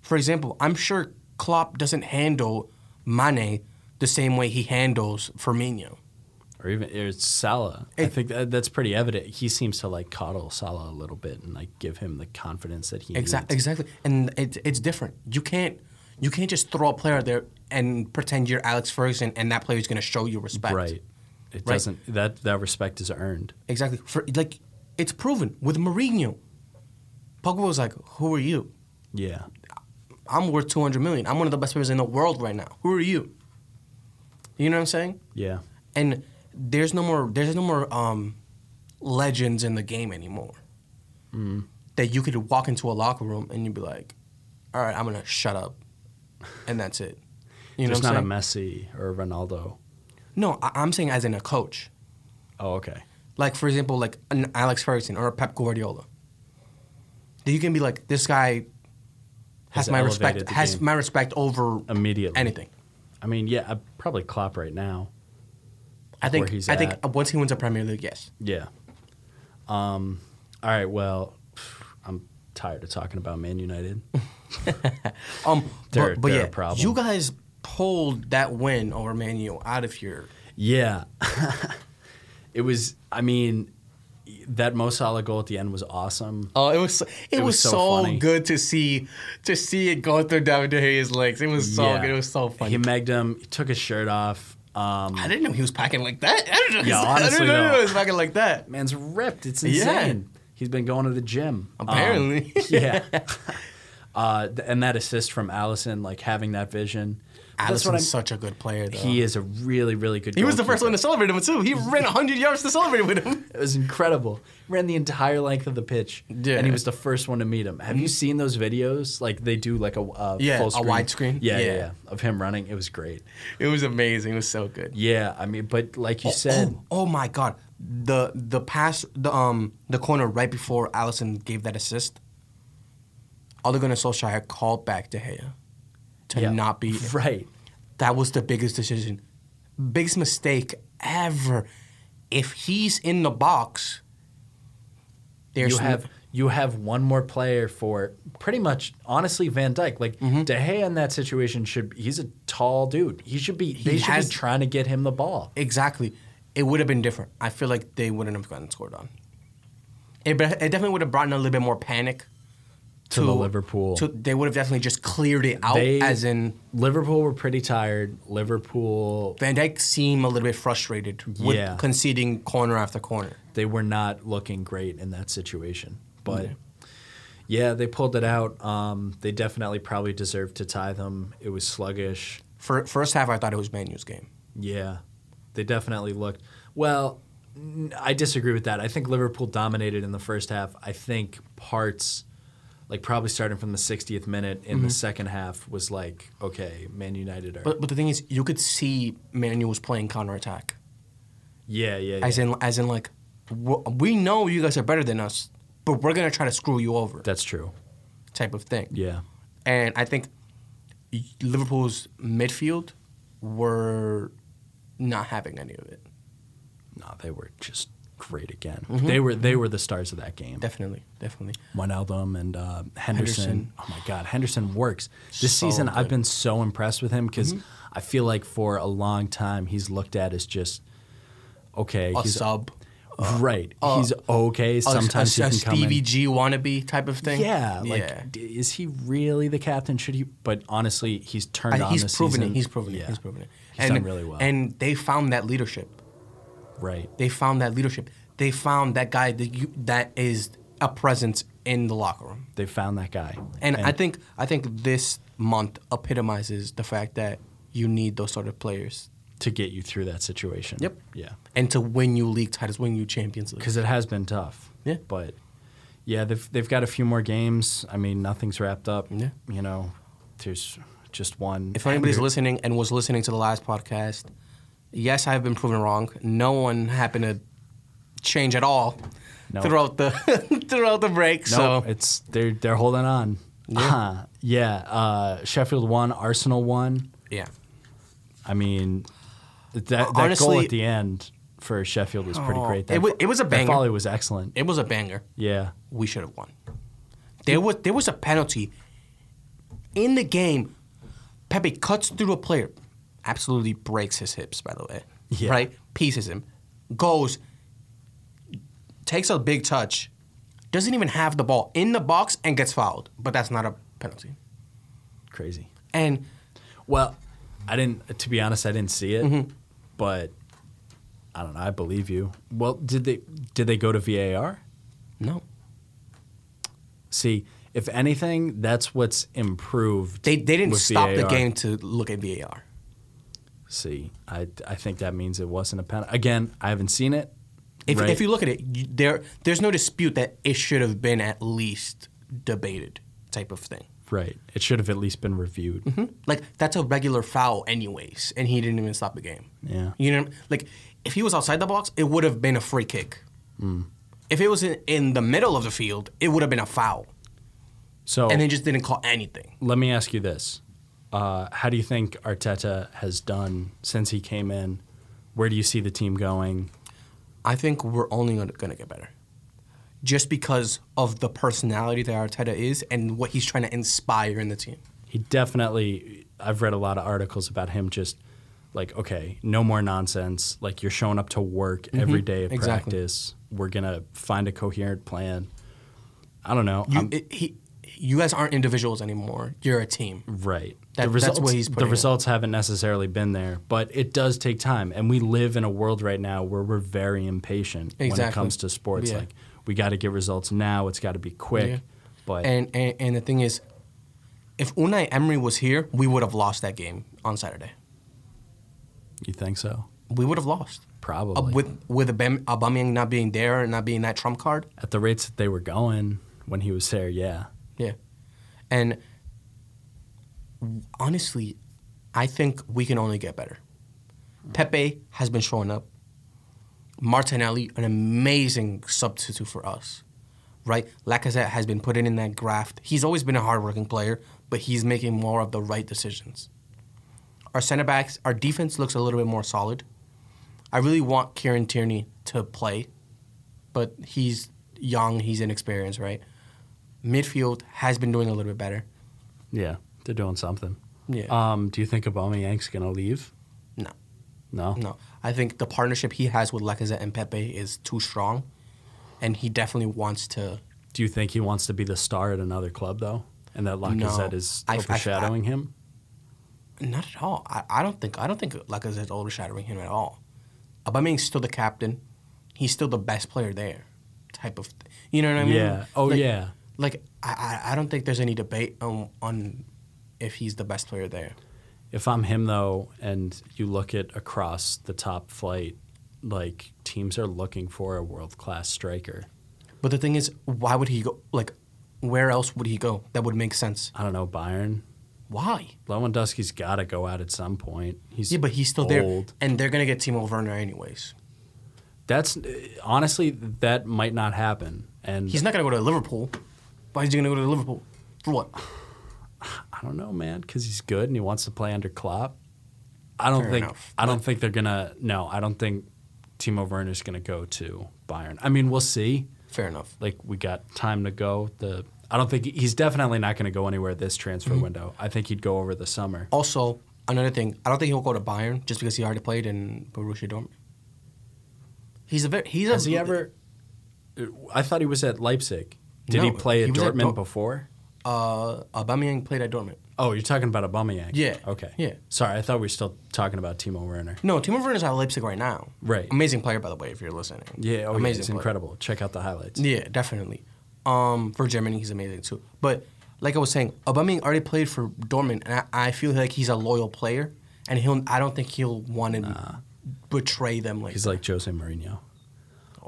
Speaker 2: For example, I'm sure Klopp doesn't handle Mane the same way he handles Firmino.
Speaker 3: Or even it's Salah. I think that, that's pretty evident. He seems to like coddle Salah a little bit and like give him the confidence that he
Speaker 2: Exactly,
Speaker 3: needs.
Speaker 2: exactly. And it's it's different. You can't you can't just throw a player out there and pretend you're Alex Ferguson and that player is going to show you respect.
Speaker 3: Right. It doesn't that that respect is earned.
Speaker 2: Exactly. For like it's proven with Mourinho. Pogba was like, "Who are you?
Speaker 3: Yeah.
Speaker 2: I'm worth 200 million. I'm one of the best players in the world right now. Who are you?" You know what I'm saying?
Speaker 3: Yeah.
Speaker 2: And there's no more there's no more um, legends in the game anymore.
Speaker 3: Mm-hmm.
Speaker 2: That you could walk into a locker room and you'd be like, "All right, I'm gonna shut up," and that's it. You know
Speaker 3: There's
Speaker 2: what I'm
Speaker 3: not
Speaker 2: saying?
Speaker 3: a Messi or a Ronaldo.
Speaker 2: no, I- I'm saying as in a coach.
Speaker 3: Oh, okay.
Speaker 2: like for example, like an Alex Ferguson or a Pep Guardiola. That you can be like, this guy has
Speaker 3: Has
Speaker 2: my
Speaker 3: elevated
Speaker 2: respect,
Speaker 3: the
Speaker 2: has
Speaker 3: game.
Speaker 2: my respect over
Speaker 3: Immediately.
Speaker 2: anything.
Speaker 3: I mean, yeah, I'd probably Klopp right now.
Speaker 2: I think
Speaker 3: Where he's
Speaker 2: I think
Speaker 3: at.
Speaker 2: once he wins a Premier League, yes.
Speaker 3: Yeah. Um, all right. Well, I'm tired of talking about Man United.
Speaker 2: Um,
Speaker 3: They're-
Speaker 2: but, but
Speaker 3: they're a
Speaker 2: yeah,
Speaker 3: problem.
Speaker 2: you guys pulled that win over Manu out of here.
Speaker 3: yeah. it was. I mean, that Mo Salah goal at the end was awesome.
Speaker 2: Oh, it was it, was,
Speaker 3: was so
Speaker 2: so,
Speaker 3: funny.
Speaker 2: good to see to see it go through David De Gea's legs. It was so
Speaker 3: Yeah.
Speaker 2: good. It was so funny.
Speaker 3: He megged him. He took his shirt off. Um,
Speaker 2: I didn't know he was packing like that. I didn't know,
Speaker 3: Yeah,
Speaker 2: I
Speaker 3: honestly,
Speaker 2: didn't know
Speaker 3: though.
Speaker 2: he was packing like that.
Speaker 3: man's ripped. It's
Speaker 2: Yeah.
Speaker 3: insane. He's been going to the gym. Um,
Speaker 2: Apparently.
Speaker 3: yeah. Uh, th- and that assist from Allison, like having that vision. That's what
Speaker 2: Allison's
Speaker 3: I'm-
Speaker 2: such a good player, though.
Speaker 3: He is a really, really good.
Speaker 2: He was the first
Speaker 3: goalkeeper.
Speaker 2: one to celebrate him too. He ran 100 yards to celebrate with him.
Speaker 3: It was incredible. Ran the entire length of the pitch,
Speaker 2: Yeah. Mm-hmm.
Speaker 3: and he was the first one to meet him. Have you seen those videos? Like they do, like a, a
Speaker 2: Yeah,
Speaker 3: full
Speaker 2: a
Speaker 3: screen.
Speaker 2: widescreen.
Speaker 3: Yeah, yeah,
Speaker 2: Yeah.
Speaker 3: yeah, of him running. It was great.
Speaker 2: It was amazing. It was so good.
Speaker 3: Yeah, I mean, but like you
Speaker 2: Oh,
Speaker 3: said,
Speaker 2: oh, oh my god, the the pass, the um, the corner right before Allison gave that assist. Ole Gunnar Solskjaer called back De Gea to
Speaker 3: yeah,
Speaker 2: not be.
Speaker 3: right.
Speaker 2: That was the biggest decision, biggest mistake ever. If he's in the box, there's
Speaker 3: You
Speaker 2: no-
Speaker 3: have you have one more player for pretty much honestly Van Dyke. Like
Speaker 2: Mm-hmm.
Speaker 3: De Gea in that situation should he's a tall dude. He should be they
Speaker 2: He
Speaker 3: should
Speaker 2: has-
Speaker 3: be trying to get him the ball.
Speaker 2: Exactly. It would have been different. I feel like they wouldn't have gotten scored on. It, be- it definitely would have brought in a little bit more panic
Speaker 3: To the Liverpool.
Speaker 2: to- they would have definitely just cleared it out,
Speaker 3: They-
Speaker 2: as in
Speaker 3: Liverpool were pretty tired. Liverpool
Speaker 2: Van Dijk seemed a little bit frustrated with
Speaker 3: Yeah.
Speaker 2: conceding corner after corner.
Speaker 3: they were not looking great in that situation. But yeah, they pulled it out. Um, they definitely probably deserved to tie them. It was sluggish.
Speaker 2: For first half, I thought it was Manu's game.
Speaker 3: Yeah, they definitely looked. Well, n- I disagree with that. I think Liverpool dominated in the first half. I think parts, like probably starting from the 60th minute in the second half, was like, okay, Man United are.
Speaker 2: But but the thing is, you could see Manu was playing counterattack,
Speaker 3: yeah, yeah, yeah.
Speaker 2: as in as in like w- we know you guys are better than us, but we're gonna try to screw you over,
Speaker 3: That's true.
Speaker 2: type of thing.
Speaker 3: Yeah.
Speaker 2: And I think Liverpool's midfield were not having any of it.
Speaker 3: No, they were just great again. They were they were the stars of that game.
Speaker 2: Definitely, definitely.
Speaker 3: Wijnaldum and uh, Henderson.
Speaker 2: Henderson.
Speaker 3: Oh my God, Henderson works. This
Speaker 2: So
Speaker 3: season, I've
Speaker 2: good. Mm-hmm.
Speaker 3: been so impressed with him because I feel like for a long time he's looked at as just okay.
Speaker 2: A
Speaker 3: he's
Speaker 2: sub,
Speaker 3: right. he's okay.
Speaker 2: a-
Speaker 3: Sometimes
Speaker 2: a, a
Speaker 3: he can come
Speaker 2: Stevie
Speaker 3: in.
Speaker 2: G wannabe type of thing.
Speaker 3: Yeah, like
Speaker 2: yeah.
Speaker 3: d- is he really the captain? Should he? But honestly, he's turned
Speaker 2: I-
Speaker 3: on.
Speaker 2: he's
Speaker 3: this
Speaker 2: proven
Speaker 3: season.
Speaker 2: it. He's proven
Speaker 3: Yeah.
Speaker 2: it. He's proven it.
Speaker 3: He's done really well.
Speaker 2: And they found that leadership.
Speaker 3: Right.
Speaker 2: They found that leadership. They found that guy that you, that is a presence in the locker room.
Speaker 3: They found that guy.
Speaker 2: And, I think I think this month epitomizes the fact that you need those sort of players
Speaker 3: to get you through that situation.
Speaker 2: Yep.
Speaker 3: Yeah.
Speaker 2: and to win you league titles, win you Champions League.
Speaker 3: because it has been tough.
Speaker 2: Yeah.
Speaker 3: But yeah, they've they've got a few more games. I mean, nothing's wrapped up.
Speaker 2: Yeah.
Speaker 3: You know, there's just one.
Speaker 2: If anybody's listening and was listening to the last podcast, yes, I've been proven wrong. No one happened to change at all
Speaker 3: No.
Speaker 2: throughout the throughout the break.
Speaker 3: no,
Speaker 2: so
Speaker 3: it's they're they're holding on. Uh, yeah. Uh, Sheffield won. Arsenal won.
Speaker 2: Yeah.
Speaker 3: I mean, that, that goal
Speaker 2: Honestly-
Speaker 3: at the end for Sheffield was pretty
Speaker 2: Oh,
Speaker 3: great.
Speaker 2: it wa- it was a
Speaker 3: that
Speaker 2: banger.
Speaker 3: volley was excellent.
Speaker 2: It was a banger.
Speaker 3: yeah.
Speaker 2: We should have won. There was there was a penalty in the game. Pepe cuts through a player, absolutely breaks his hips. By the way,
Speaker 3: Yeah.
Speaker 2: right? Pieces him, goes, takes a big touch, doesn't even have the ball in the box and gets fouled. But that's not a penalty.
Speaker 3: Crazy.
Speaker 2: And
Speaker 3: Well, I didn't. To be honest, I didn't see it,
Speaker 2: Mm-hmm.
Speaker 3: but I don't know. I believe you. Well, did they did they go to VAR?
Speaker 2: no,
Speaker 3: See, if anything, that's what's improved.
Speaker 2: they they didn't
Speaker 3: with
Speaker 2: stop the
Speaker 3: VAR.
Speaker 2: game to look at VAR.
Speaker 3: See, I I think that means it wasn't a penalty. Again, I haven't seen it.
Speaker 2: If,
Speaker 3: right?
Speaker 2: if you look at it, you, there there's no dispute that it should have been at least debated type of thing.
Speaker 3: right, it should have at least been reviewed.
Speaker 2: Like that's a regular foul, anyways, and he didn't even stop the game.
Speaker 3: Yeah.
Speaker 2: you know, like if he was outside the box, it would have been a free kick.
Speaker 3: Hmm.
Speaker 2: If it was in, in the middle of the field, it would have been a foul,
Speaker 3: So
Speaker 2: and they just didn't call anything.
Speaker 3: let me ask you this: uh, How do you think Arteta has done since he came in? Where do you see the team going?
Speaker 2: I think we're only gonna, gonna get better, just because of the personality that Arteta is and what he's trying to inspire in the team.
Speaker 3: he definitely i've read a lot of articles about him just like okay no more nonsense like you're showing up to work every day of
Speaker 2: Mm-hmm. exactly.
Speaker 3: practice we're gonna find a coherent plan i don't know
Speaker 2: You,
Speaker 3: I'm-
Speaker 2: it, he, you guys aren't individuals anymore. You're a team.
Speaker 3: right
Speaker 2: That-
Speaker 3: the
Speaker 2: that's
Speaker 3: results,
Speaker 2: what he's
Speaker 3: the
Speaker 2: putting in.
Speaker 3: results haven't necessarily been there but it does take time and we live in a world right now where we're very impatient when
Speaker 2: Exactly.
Speaker 3: it comes to sports
Speaker 2: Yeah.
Speaker 3: like we got to get results now it's got to be quick
Speaker 2: Yeah.
Speaker 3: but
Speaker 2: And, and and the thing is, if Unai Emery was here, we would have lost that game on Saturday.
Speaker 3: you think so
Speaker 2: We would have lost.
Speaker 3: probably
Speaker 2: Uh, with with Aubame- Aubameyang not being there and not being that trump card.
Speaker 3: at the rates that they were going when he was there yeah
Speaker 2: Yeah. And honestly, I think we can only get better. Pepe has been showing up. Martinelli, an amazing substitute for us, right? Lacazette has been putting in that graft. He's always been a hardworking player, but he's making more of the right decisions. Our center backs, our defense looks a little bit more solid. I really want Kieran Tierney to play, but he's young, he's inexperienced, right? Midfield has been doing a little bit better.
Speaker 3: Yeah, they're doing something.
Speaker 2: Yeah.
Speaker 3: Um, do you think Aubameyang's gonna leave?
Speaker 2: No,
Speaker 3: No.
Speaker 2: no. I think the partnership he has with Lacazette and Pepe is too strong, and he definitely wants to.
Speaker 3: Do you think he wants to be the star at another club though, and that Lacazette is
Speaker 2: I- I-
Speaker 3: overshadowing him?
Speaker 2: Not at all. I, I don't think I don't think Lacazette's overshadowing him at all. Aubameyang's still the captain. He's still the best player there. Type of, th- you know what I mean?
Speaker 3: Yeah. Oh,
Speaker 2: Like-
Speaker 3: yeah.
Speaker 2: Like I, I, I don't think there's any debate on, on if he's the best player there.
Speaker 3: If I'm him though, and you look at across the top flight, like teams are looking for a world class striker.
Speaker 2: But the thing is, why would he go? Like, where else would he go? That would make sense.
Speaker 3: I don't know Bayern.
Speaker 2: Why?
Speaker 3: Lewandowski's got to go out at some point. He's
Speaker 2: Yeah, but he's still
Speaker 3: old.
Speaker 2: there, and they're gonna get Timo Werner anyways.
Speaker 3: That's honestly that might not happen. And
Speaker 2: He's not gonna go to Liverpool. Why is he gonna go to Liverpool? For what?
Speaker 3: I don't know, man, because he's good and he wants to play under Klopp. I don't
Speaker 2: Fair
Speaker 3: think
Speaker 2: enough.
Speaker 3: I don't think they're gonna. No, I don't think Timo Werner's gonna go to Bayern. I mean, we'll see.
Speaker 2: Fair enough.
Speaker 3: Like we got time to go. The I don't think he's definitely not gonna go anywhere this transfer window. I think he'd go over the summer.
Speaker 2: Also, another thing, I don't think he'll go to Bayern just because he already played in Borussia Dortmund. He's a very, he's a,
Speaker 3: Has he ever? Uh, I thought he was at Leipzig. Did he
Speaker 2: No,
Speaker 3: play at
Speaker 2: he was at
Speaker 3: Dortmund
Speaker 2: Dort-
Speaker 3: before?
Speaker 2: Uh, Aubameyang played at Dortmund.
Speaker 3: Oh, you're talking about Aubameyang.
Speaker 2: Yeah,
Speaker 3: Okay.
Speaker 2: yeah.
Speaker 3: Sorry, I thought we were still talking about Timo Werner.
Speaker 2: No, Timo Werner's at Leipzig right now.
Speaker 3: Right.
Speaker 2: Amazing player, by the way, if you're listening.
Speaker 3: Yeah. Oh, yeah,
Speaker 2: amazing.
Speaker 3: it's
Speaker 2: player.
Speaker 3: incredible. Check out the highlights.
Speaker 2: Yeah, definitely. Um, for Germany, he's amazing too. But like I was saying, Aubameyang already played for Dortmund, and I, I feel like he's a loyal player, and he'll. I don't think he'll want to betray them. Like,
Speaker 3: He's like Jose Mourinho.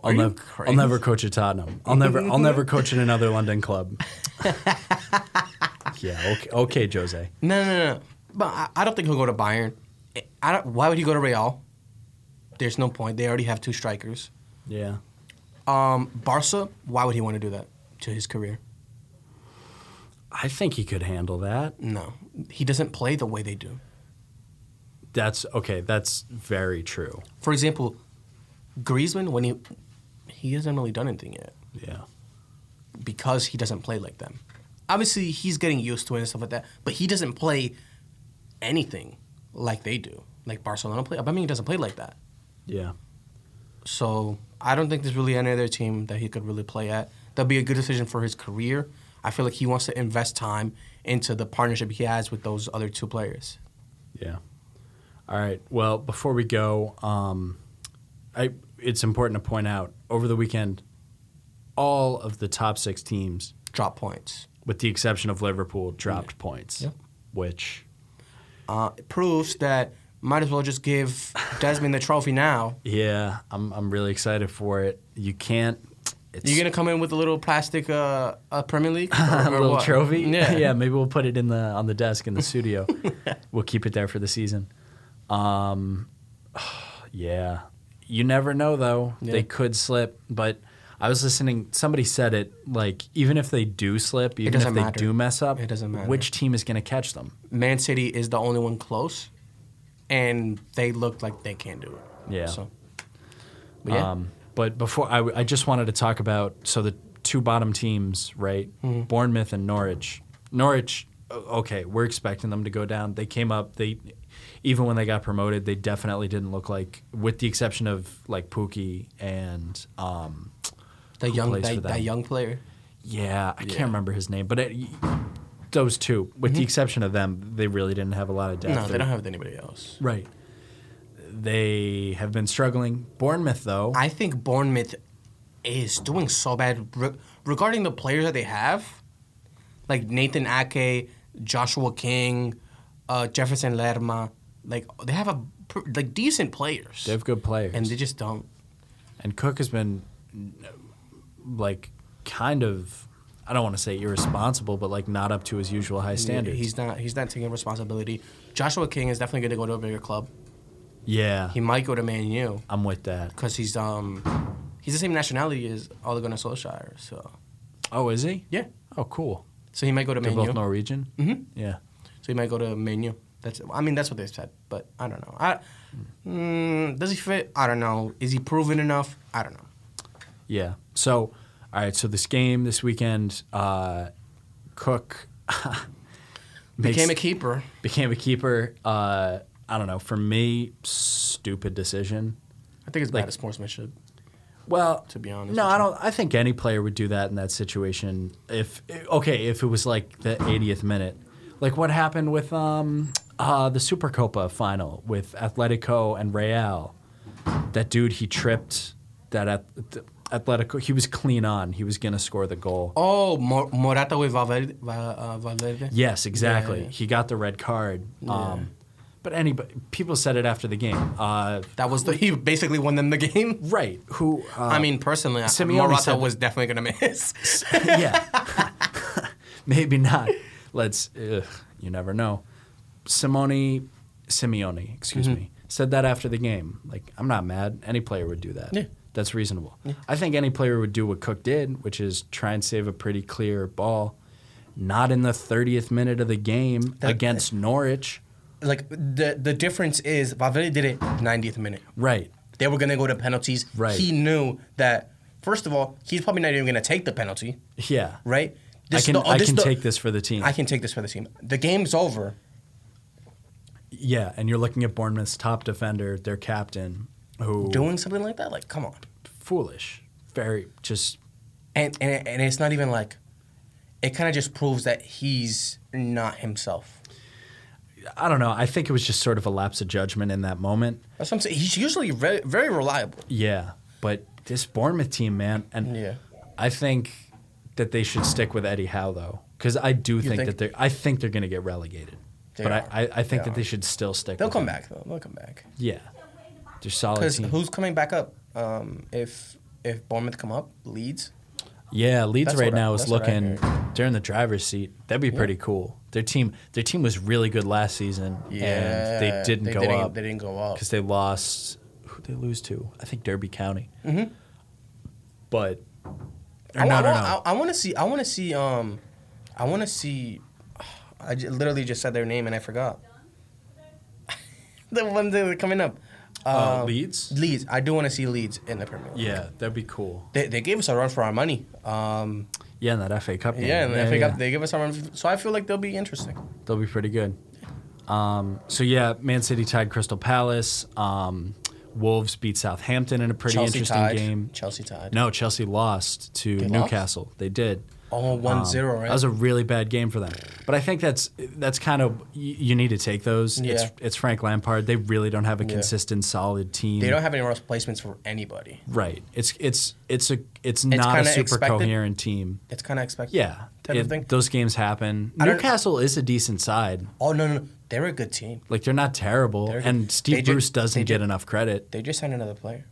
Speaker 3: I'll,
Speaker 2: you
Speaker 3: nev-
Speaker 2: crazy?
Speaker 3: I'll never coach at Tottenham. I'll never I'll never coach in another London club. yeah, okay, okay, Jose.
Speaker 2: no, no, no. no. But I, I don't think he'll go to Bayern. I- I don't, why would he go to Real? There's no point. They already have two strikers.
Speaker 3: Yeah.
Speaker 2: Um, Barca. Why would he want to do that to his career?
Speaker 3: I think he could handle that.
Speaker 2: No, he doesn't play the way they do.
Speaker 3: That's okay. That's very true.
Speaker 2: For example, Griezmann when he he hasn't really done anything yet
Speaker 3: Yeah.
Speaker 2: because he doesn't play like them. Obviously, he's getting used to it and stuff like that, but he doesn't play anything like they do. Like Barcelona play, Aubameyang doesn't play like that.
Speaker 3: Yeah.
Speaker 2: So I don't think there's really any other team that he could really play at. That'd be a good decision for his career. I feel like he wants to invest time into the partnership he has with those other two players.
Speaker 3: Yeah. All right. Well, before we go, um, I it's important to point out over the weekend, all of the top six teams,
Speaker 2: Drop points.
Speaker 3: with the exception of Liverpool, dropped points.
Speaker 2: Yep.
Speaker 3: Which
Speaker 2: Uh, it proves that might as well just give Desmond the trophy now.
Speaker 3: yeah, I'm I'm really excited for it. You can't. It's
Speaker 2: You're gonna come in with a little plastic uh, uh, Premier League or,
Speaker 3: a
Speaker 2: or
Speaker 3: little
Speaker 2: what?
Speaker 3: trophy.
Speaker 2: Yeah,
Speaker 3: yeah. Maybe we'll put it in the on the desk in the studio. we'll keep it there for the season. Um, yeah. You never know though.
Speaker 2: Yeah.
Speaker 3: They could slip, but I was listening. Somebody said it like even if they do slip, even if they
Speaker 2: doesn't matter.
Speaker 3: do mess up,
Speaker 2: It doesn't matter.
Speaker 3: Which team is going to catch them?
Speaker 2: Man City is the only one close, and they look like they can't do it.
Speaker 3: Yeah.
Speaker 2: So, but yeah,
Speaker 3: Um, but before I, w- I just wanted to talk about so the two bottom teams, right?
Speaker 2: Mm-hmm.
Speaker 3: Bournemouth and Norwich. Norwich, o- okay, we're expecting them to go down. They came up. They even when they got promoted, they definitely didn't look like, with the exception of like Pookie and um,
Speaker 2: the
Speaker 3: who
Speaker 2: young
Speaker 3: plays for
Speaker 2: that, that
Speaker 3: them?
Speaker 2: young player.
Speaker 3: yeah, I can't remember his name, but it, those two, with the exception of them, they really didn't have a lot of depth.
Speaker 2: Mm-hmm. No,
Speaker 3: or-
Speaker 2: they don't have anybody else.
Speaker 3: Right. They have been struggling. Bournemouth, though.
Speaker 2: I think Bournemouth is doing so bad re- regarding the players that they have, like Nathan Ake, Joshua King, uh, Jefferson Lerma. Like they have a pr- like decent players,
Speaker 3: they have good players.
Speaker 2: and they just don't.
Speaker 3: And Cook has been like kind of I don't want to say irresponsible, but like not up to his usual high standards.
Speaker 2: He's not. He's not taking responsibility. Joshua King is definitely going to go to a bigger club.
Speaker 3: yeah,
Speaker 2: He might go to Man U
Speaker 3: I'm with that.
Speaker 2: because he's um he's the same nationality as Ole Gunnar Solskjaer. So
Speaker 3: Oh, is he?
Speaker 2: yeah,
Speaker 3: Oh, cool.
Speaker 2: so he might go to
Speaker 3: They're
Speaker 2: Man
Speaker 3: both
Speaker 2: U.
Speaker 3: Norwegian. Mm-hmm. Yeah.
Speaker 2: So he might go to Man U. That's. I mean, that's what they said. But I don't know. I, mm, does he fit? I don't know. Is he proven enough? I don't know.
Speaker 3: Yeah. So, all right. So this game this weekend, uh, Cook makes-
Speaker 2: Became a keeper.
Speaker 3: became a keeper. Uh, I don't know. For me, stupid decision.
Speaker 2: I think it's
Speaker 3: Like-
Speaker 2: bad at sportsmanship.
Speaker 3: Well,
Speaker 2: To be honest
Speaker 3: no,
Speaker 2: with
Speaker 3: I
Speaker 2: you.
Speaker 3: don't. I think any player would do that in that situation. If okay, if it was like the 80th minute, like what happened with um uh the Supercopa final with Atletico and Real, that dude he tripped that at the Atletico he was clean on he was gonna score the goal.
Speaker 2: Oh, Mor- Morata with Valverde. Va- uh, Valverde.
Speaker 3: Yes, exactly.
Speaker 2: yeah.
Speaker 3: He got the red card. Um, But anybody, people said it after the game. Uh,
Speaker 2: That was the. He basically won them the game.
Speaker 3: right? Who? Uh,
Speaker 2: I mean, personally, I-
Speaker 3: Simeone
Speaker 2: Morata
Speaker 3: said-
Speaker 2: was definitely gonna miss.
Speaker 3: yeah. Maybe not. Let's. Ugh, you never know. Simone, Simeone, excuse
Speaker 2: Mm-hmm.
Speaker 3: me, said that after the game. Like, I'm not mad. Any player would do that.
Speaker 2: Yeah.
Speaker 3: That's reasonable. I think any player would do what Cook did, which is try and save a pretty clear ball, not in the 30th minute of the game against Norwich.
Speaker 2: like the the difference is Valverde did it 90th minute.
Speaker 3: Right.
Speaker 2: They were gonna go to penalties.
Speaker 3: Right.
Speaker 2: He knew that first of all, he's probably not even gonna take the penalty,
Speaker 3: Yeah.
Speaker 2: right?
Speaker 3: I can,
Speaker 2: is the- oh,
Speaker 3: I
Speaker 2: is
Speaker 3: can
Speaker 2: the-
Speaker 3: take this for the team.
Speaker 2: I can take this for the team. The game's over.
Speaker 3: yeah, and you're looking at Bournemouth's top defender, their captain, who
Speaker 2: Doing something like that, like come on.
Speaker 3: foolish, very just
Speaker 2: And and, and it's not even like it kind of just proves that he's not himself.
Speaker 3: I don't know. I think it was just sort of a lapse of judgment in that moment.
Speaker 2: That's what I'm saying. He's usually very, very reliable.
Speaker 3: Yeah, but this Bournemouth team, man, and
Speaker 2: Yeah.
Speaker 3: I think that they should stick with Eddie Howe though, because I do think,
Speaker 2: think?
Speaker 3: that they're. I think they're going to get relegated,
Speaker 2: They
Speaker 3: but I,
Speaker 2: are.
Speaker 3: I, I think
Speaker 2: They
Speaker 3: that
Speaker 2: are.
Speaker 3: they should still stick.
Speaker 2: They'll
Speaker 3: with
Speaker 2: come
Speaker 3: him.
Speaker 2: back though. They'll come back.
Speaker 3: Yeah, they're solid
Speaker 2: Because
Speaker 3: team.
Speaker 2: who's coming back up? Um, if if Bournemouth come up, Leeds.
Speaker 3: Yeah, Leeds
Speaker 2: That's
Speaker 3: right
Speaker 2: what I-
Speaker 3: now is
Speaker 2: that's what I
Speaker 3: looking they're in the driver's seat. That'd be pretty cool. Their team their team was really good last season and they didn't go up
Speaker 2: They didn't go up.
Speaker 3: because they lost who they lose to? I think Derby County. Mm-hmm. But or
Speaker 2: I,
Speaker 3: no,
Speaker 2: wa-
Speaker 3: no, no.
Speaker 2: I, wa- I, want to see. I want to see um, I want to see. I j- literally just said their name and I forgot. the ones that are coming up.
Speaker 3: Uh,
Speaker 2: Um,
Speaker 3: Leeds?
Speaker 2: Leeds. I do want to see Leeds in the Premier League.
Speaker 3: Yeah, that'd be cool.
Speaker 2: They, they gave us a run for our money. Um,
Speaker 3: Yeah, in that FA Cup. game.
Speaker 2: yeah, and if they got- they give us a run. f- So I feel like they'll be interesting.
Speaker 3: They'll be pretty good. Um, so yeah, Man City tied Crystal Palace. Um, Wolves beat Southampton in a pretty
Speaker 2: Chelsea
Speaker 3: interesting
Speaker 2: tied.
Speaker 3: game.
Speaker 2: Chelsea tied.
Speaker 3: No, Chelsea lost to
Speaker 2: They lost?
Speaker 3: Newcastle. They did.
Speaker 2: Oh,
Speaker 3: Um,
Speaker 2: 1-0, right?
Speaker 3: That was a really bad game for them. But I think that's that's kind of you, you need to take those. It's
Speaker 2: Yeah.
Speaker 3: it's Frank Lampard. They really don't have a consistent, solid team.
Speaker 2: they don't have any replacements for anybody.
Speaker 3: right. It's it's it's a it's not a
Speaker 2: kinda
Speaker 3: super
Speaker 2: expected.
Speaker 3: coherent team.
Speaker 2: It's kind of expected.
Speaker 3: Yeah,
Speaker 2: Type of
Speaker 3: It-
Speaker 2: thing.
Speaker 3: those games happen.
Speaker 2: don't-
Speaker 3: Newcastle is a decent side.
Speaker 2: Oh no, no, no. they're a good team.
Speaker 3: Like they're not terrible,
Speaker 2: They're-
Speaker 3: and
Speaker 2: they
Speaker 3: Steve
Speaker 2: ju-
Speaker 3: Bruce doesn't
Speaker 2: they ju-
Speaker 3: get enough credit.
Speaker 2: They just signed another player,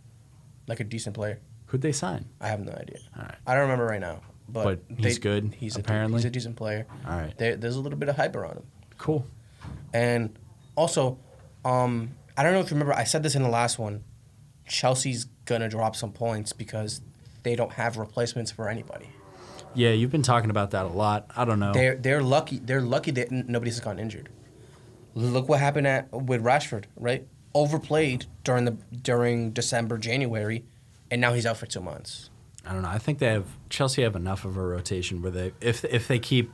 Speaker 2: like a decent player.
Speaker 3: Who'd they sign?
Speaker 2: I have no idea.
Speaker 3: All right.
Speaker 2: I don't remember right now. But,
Speaker 3: But he's good,
Speaker 2: He's
Speaker 3: apparently?
Speaker 2: A, he's a decent player.
Speaker 3: All right.
Speaker 2: There, there's a little bit of hype around him,
Speaker 3: Cool.
Speaker 2: and also, um, I don't know if you remember. I said this in the last one. Chelsea's gonna drop some points because they don't have replacements for anybody.
Speaker 3: Yeah, you've been talking about that a lot. I don't know.
Speaker 2: They're they're lucky. They're lucky that n- nobody's gotten injured. Look what happened at with Rashford, right? Overplayed during the during December, January, and now he's out for two months.
Speaker 3: I don't know. I think they have Chelsea have enough of a rotation where they if if they keep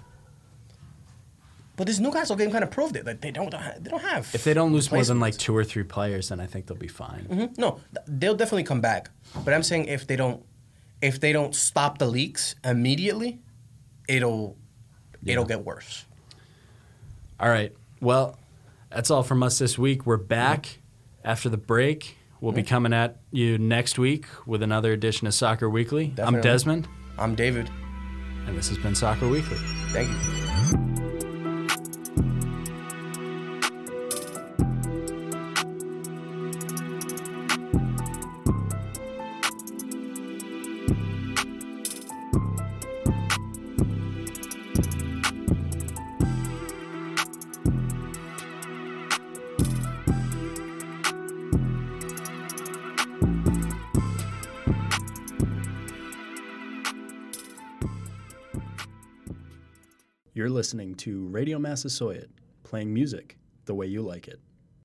Speaker 2: But this Newcastle game kind of proved it. Like they don't ha- they don't have
Speaker 3: if they don't lose more than like two or three players, then I think they'll be fine.
Speaker 2: replacements. no, th- they'll definitely come back. But I'm saying if they don't if they don't stop the leaks immediately, it'll it'll get worse.
Speaker 3: All right. Well, that's all from us this week. We're back after the break. We'll be coming at you next week with another edition of Soccer Weekly.
Speaker 2: Definitely.
Speaker 3: I'm Desmond,
Speaker 2: I'm David.
Speaker 3: and this has been Soccer Weekly.
Speaker 2: Thank you.
Speaker 5: You're listening to Radio Massasoit, playing music the way you like it.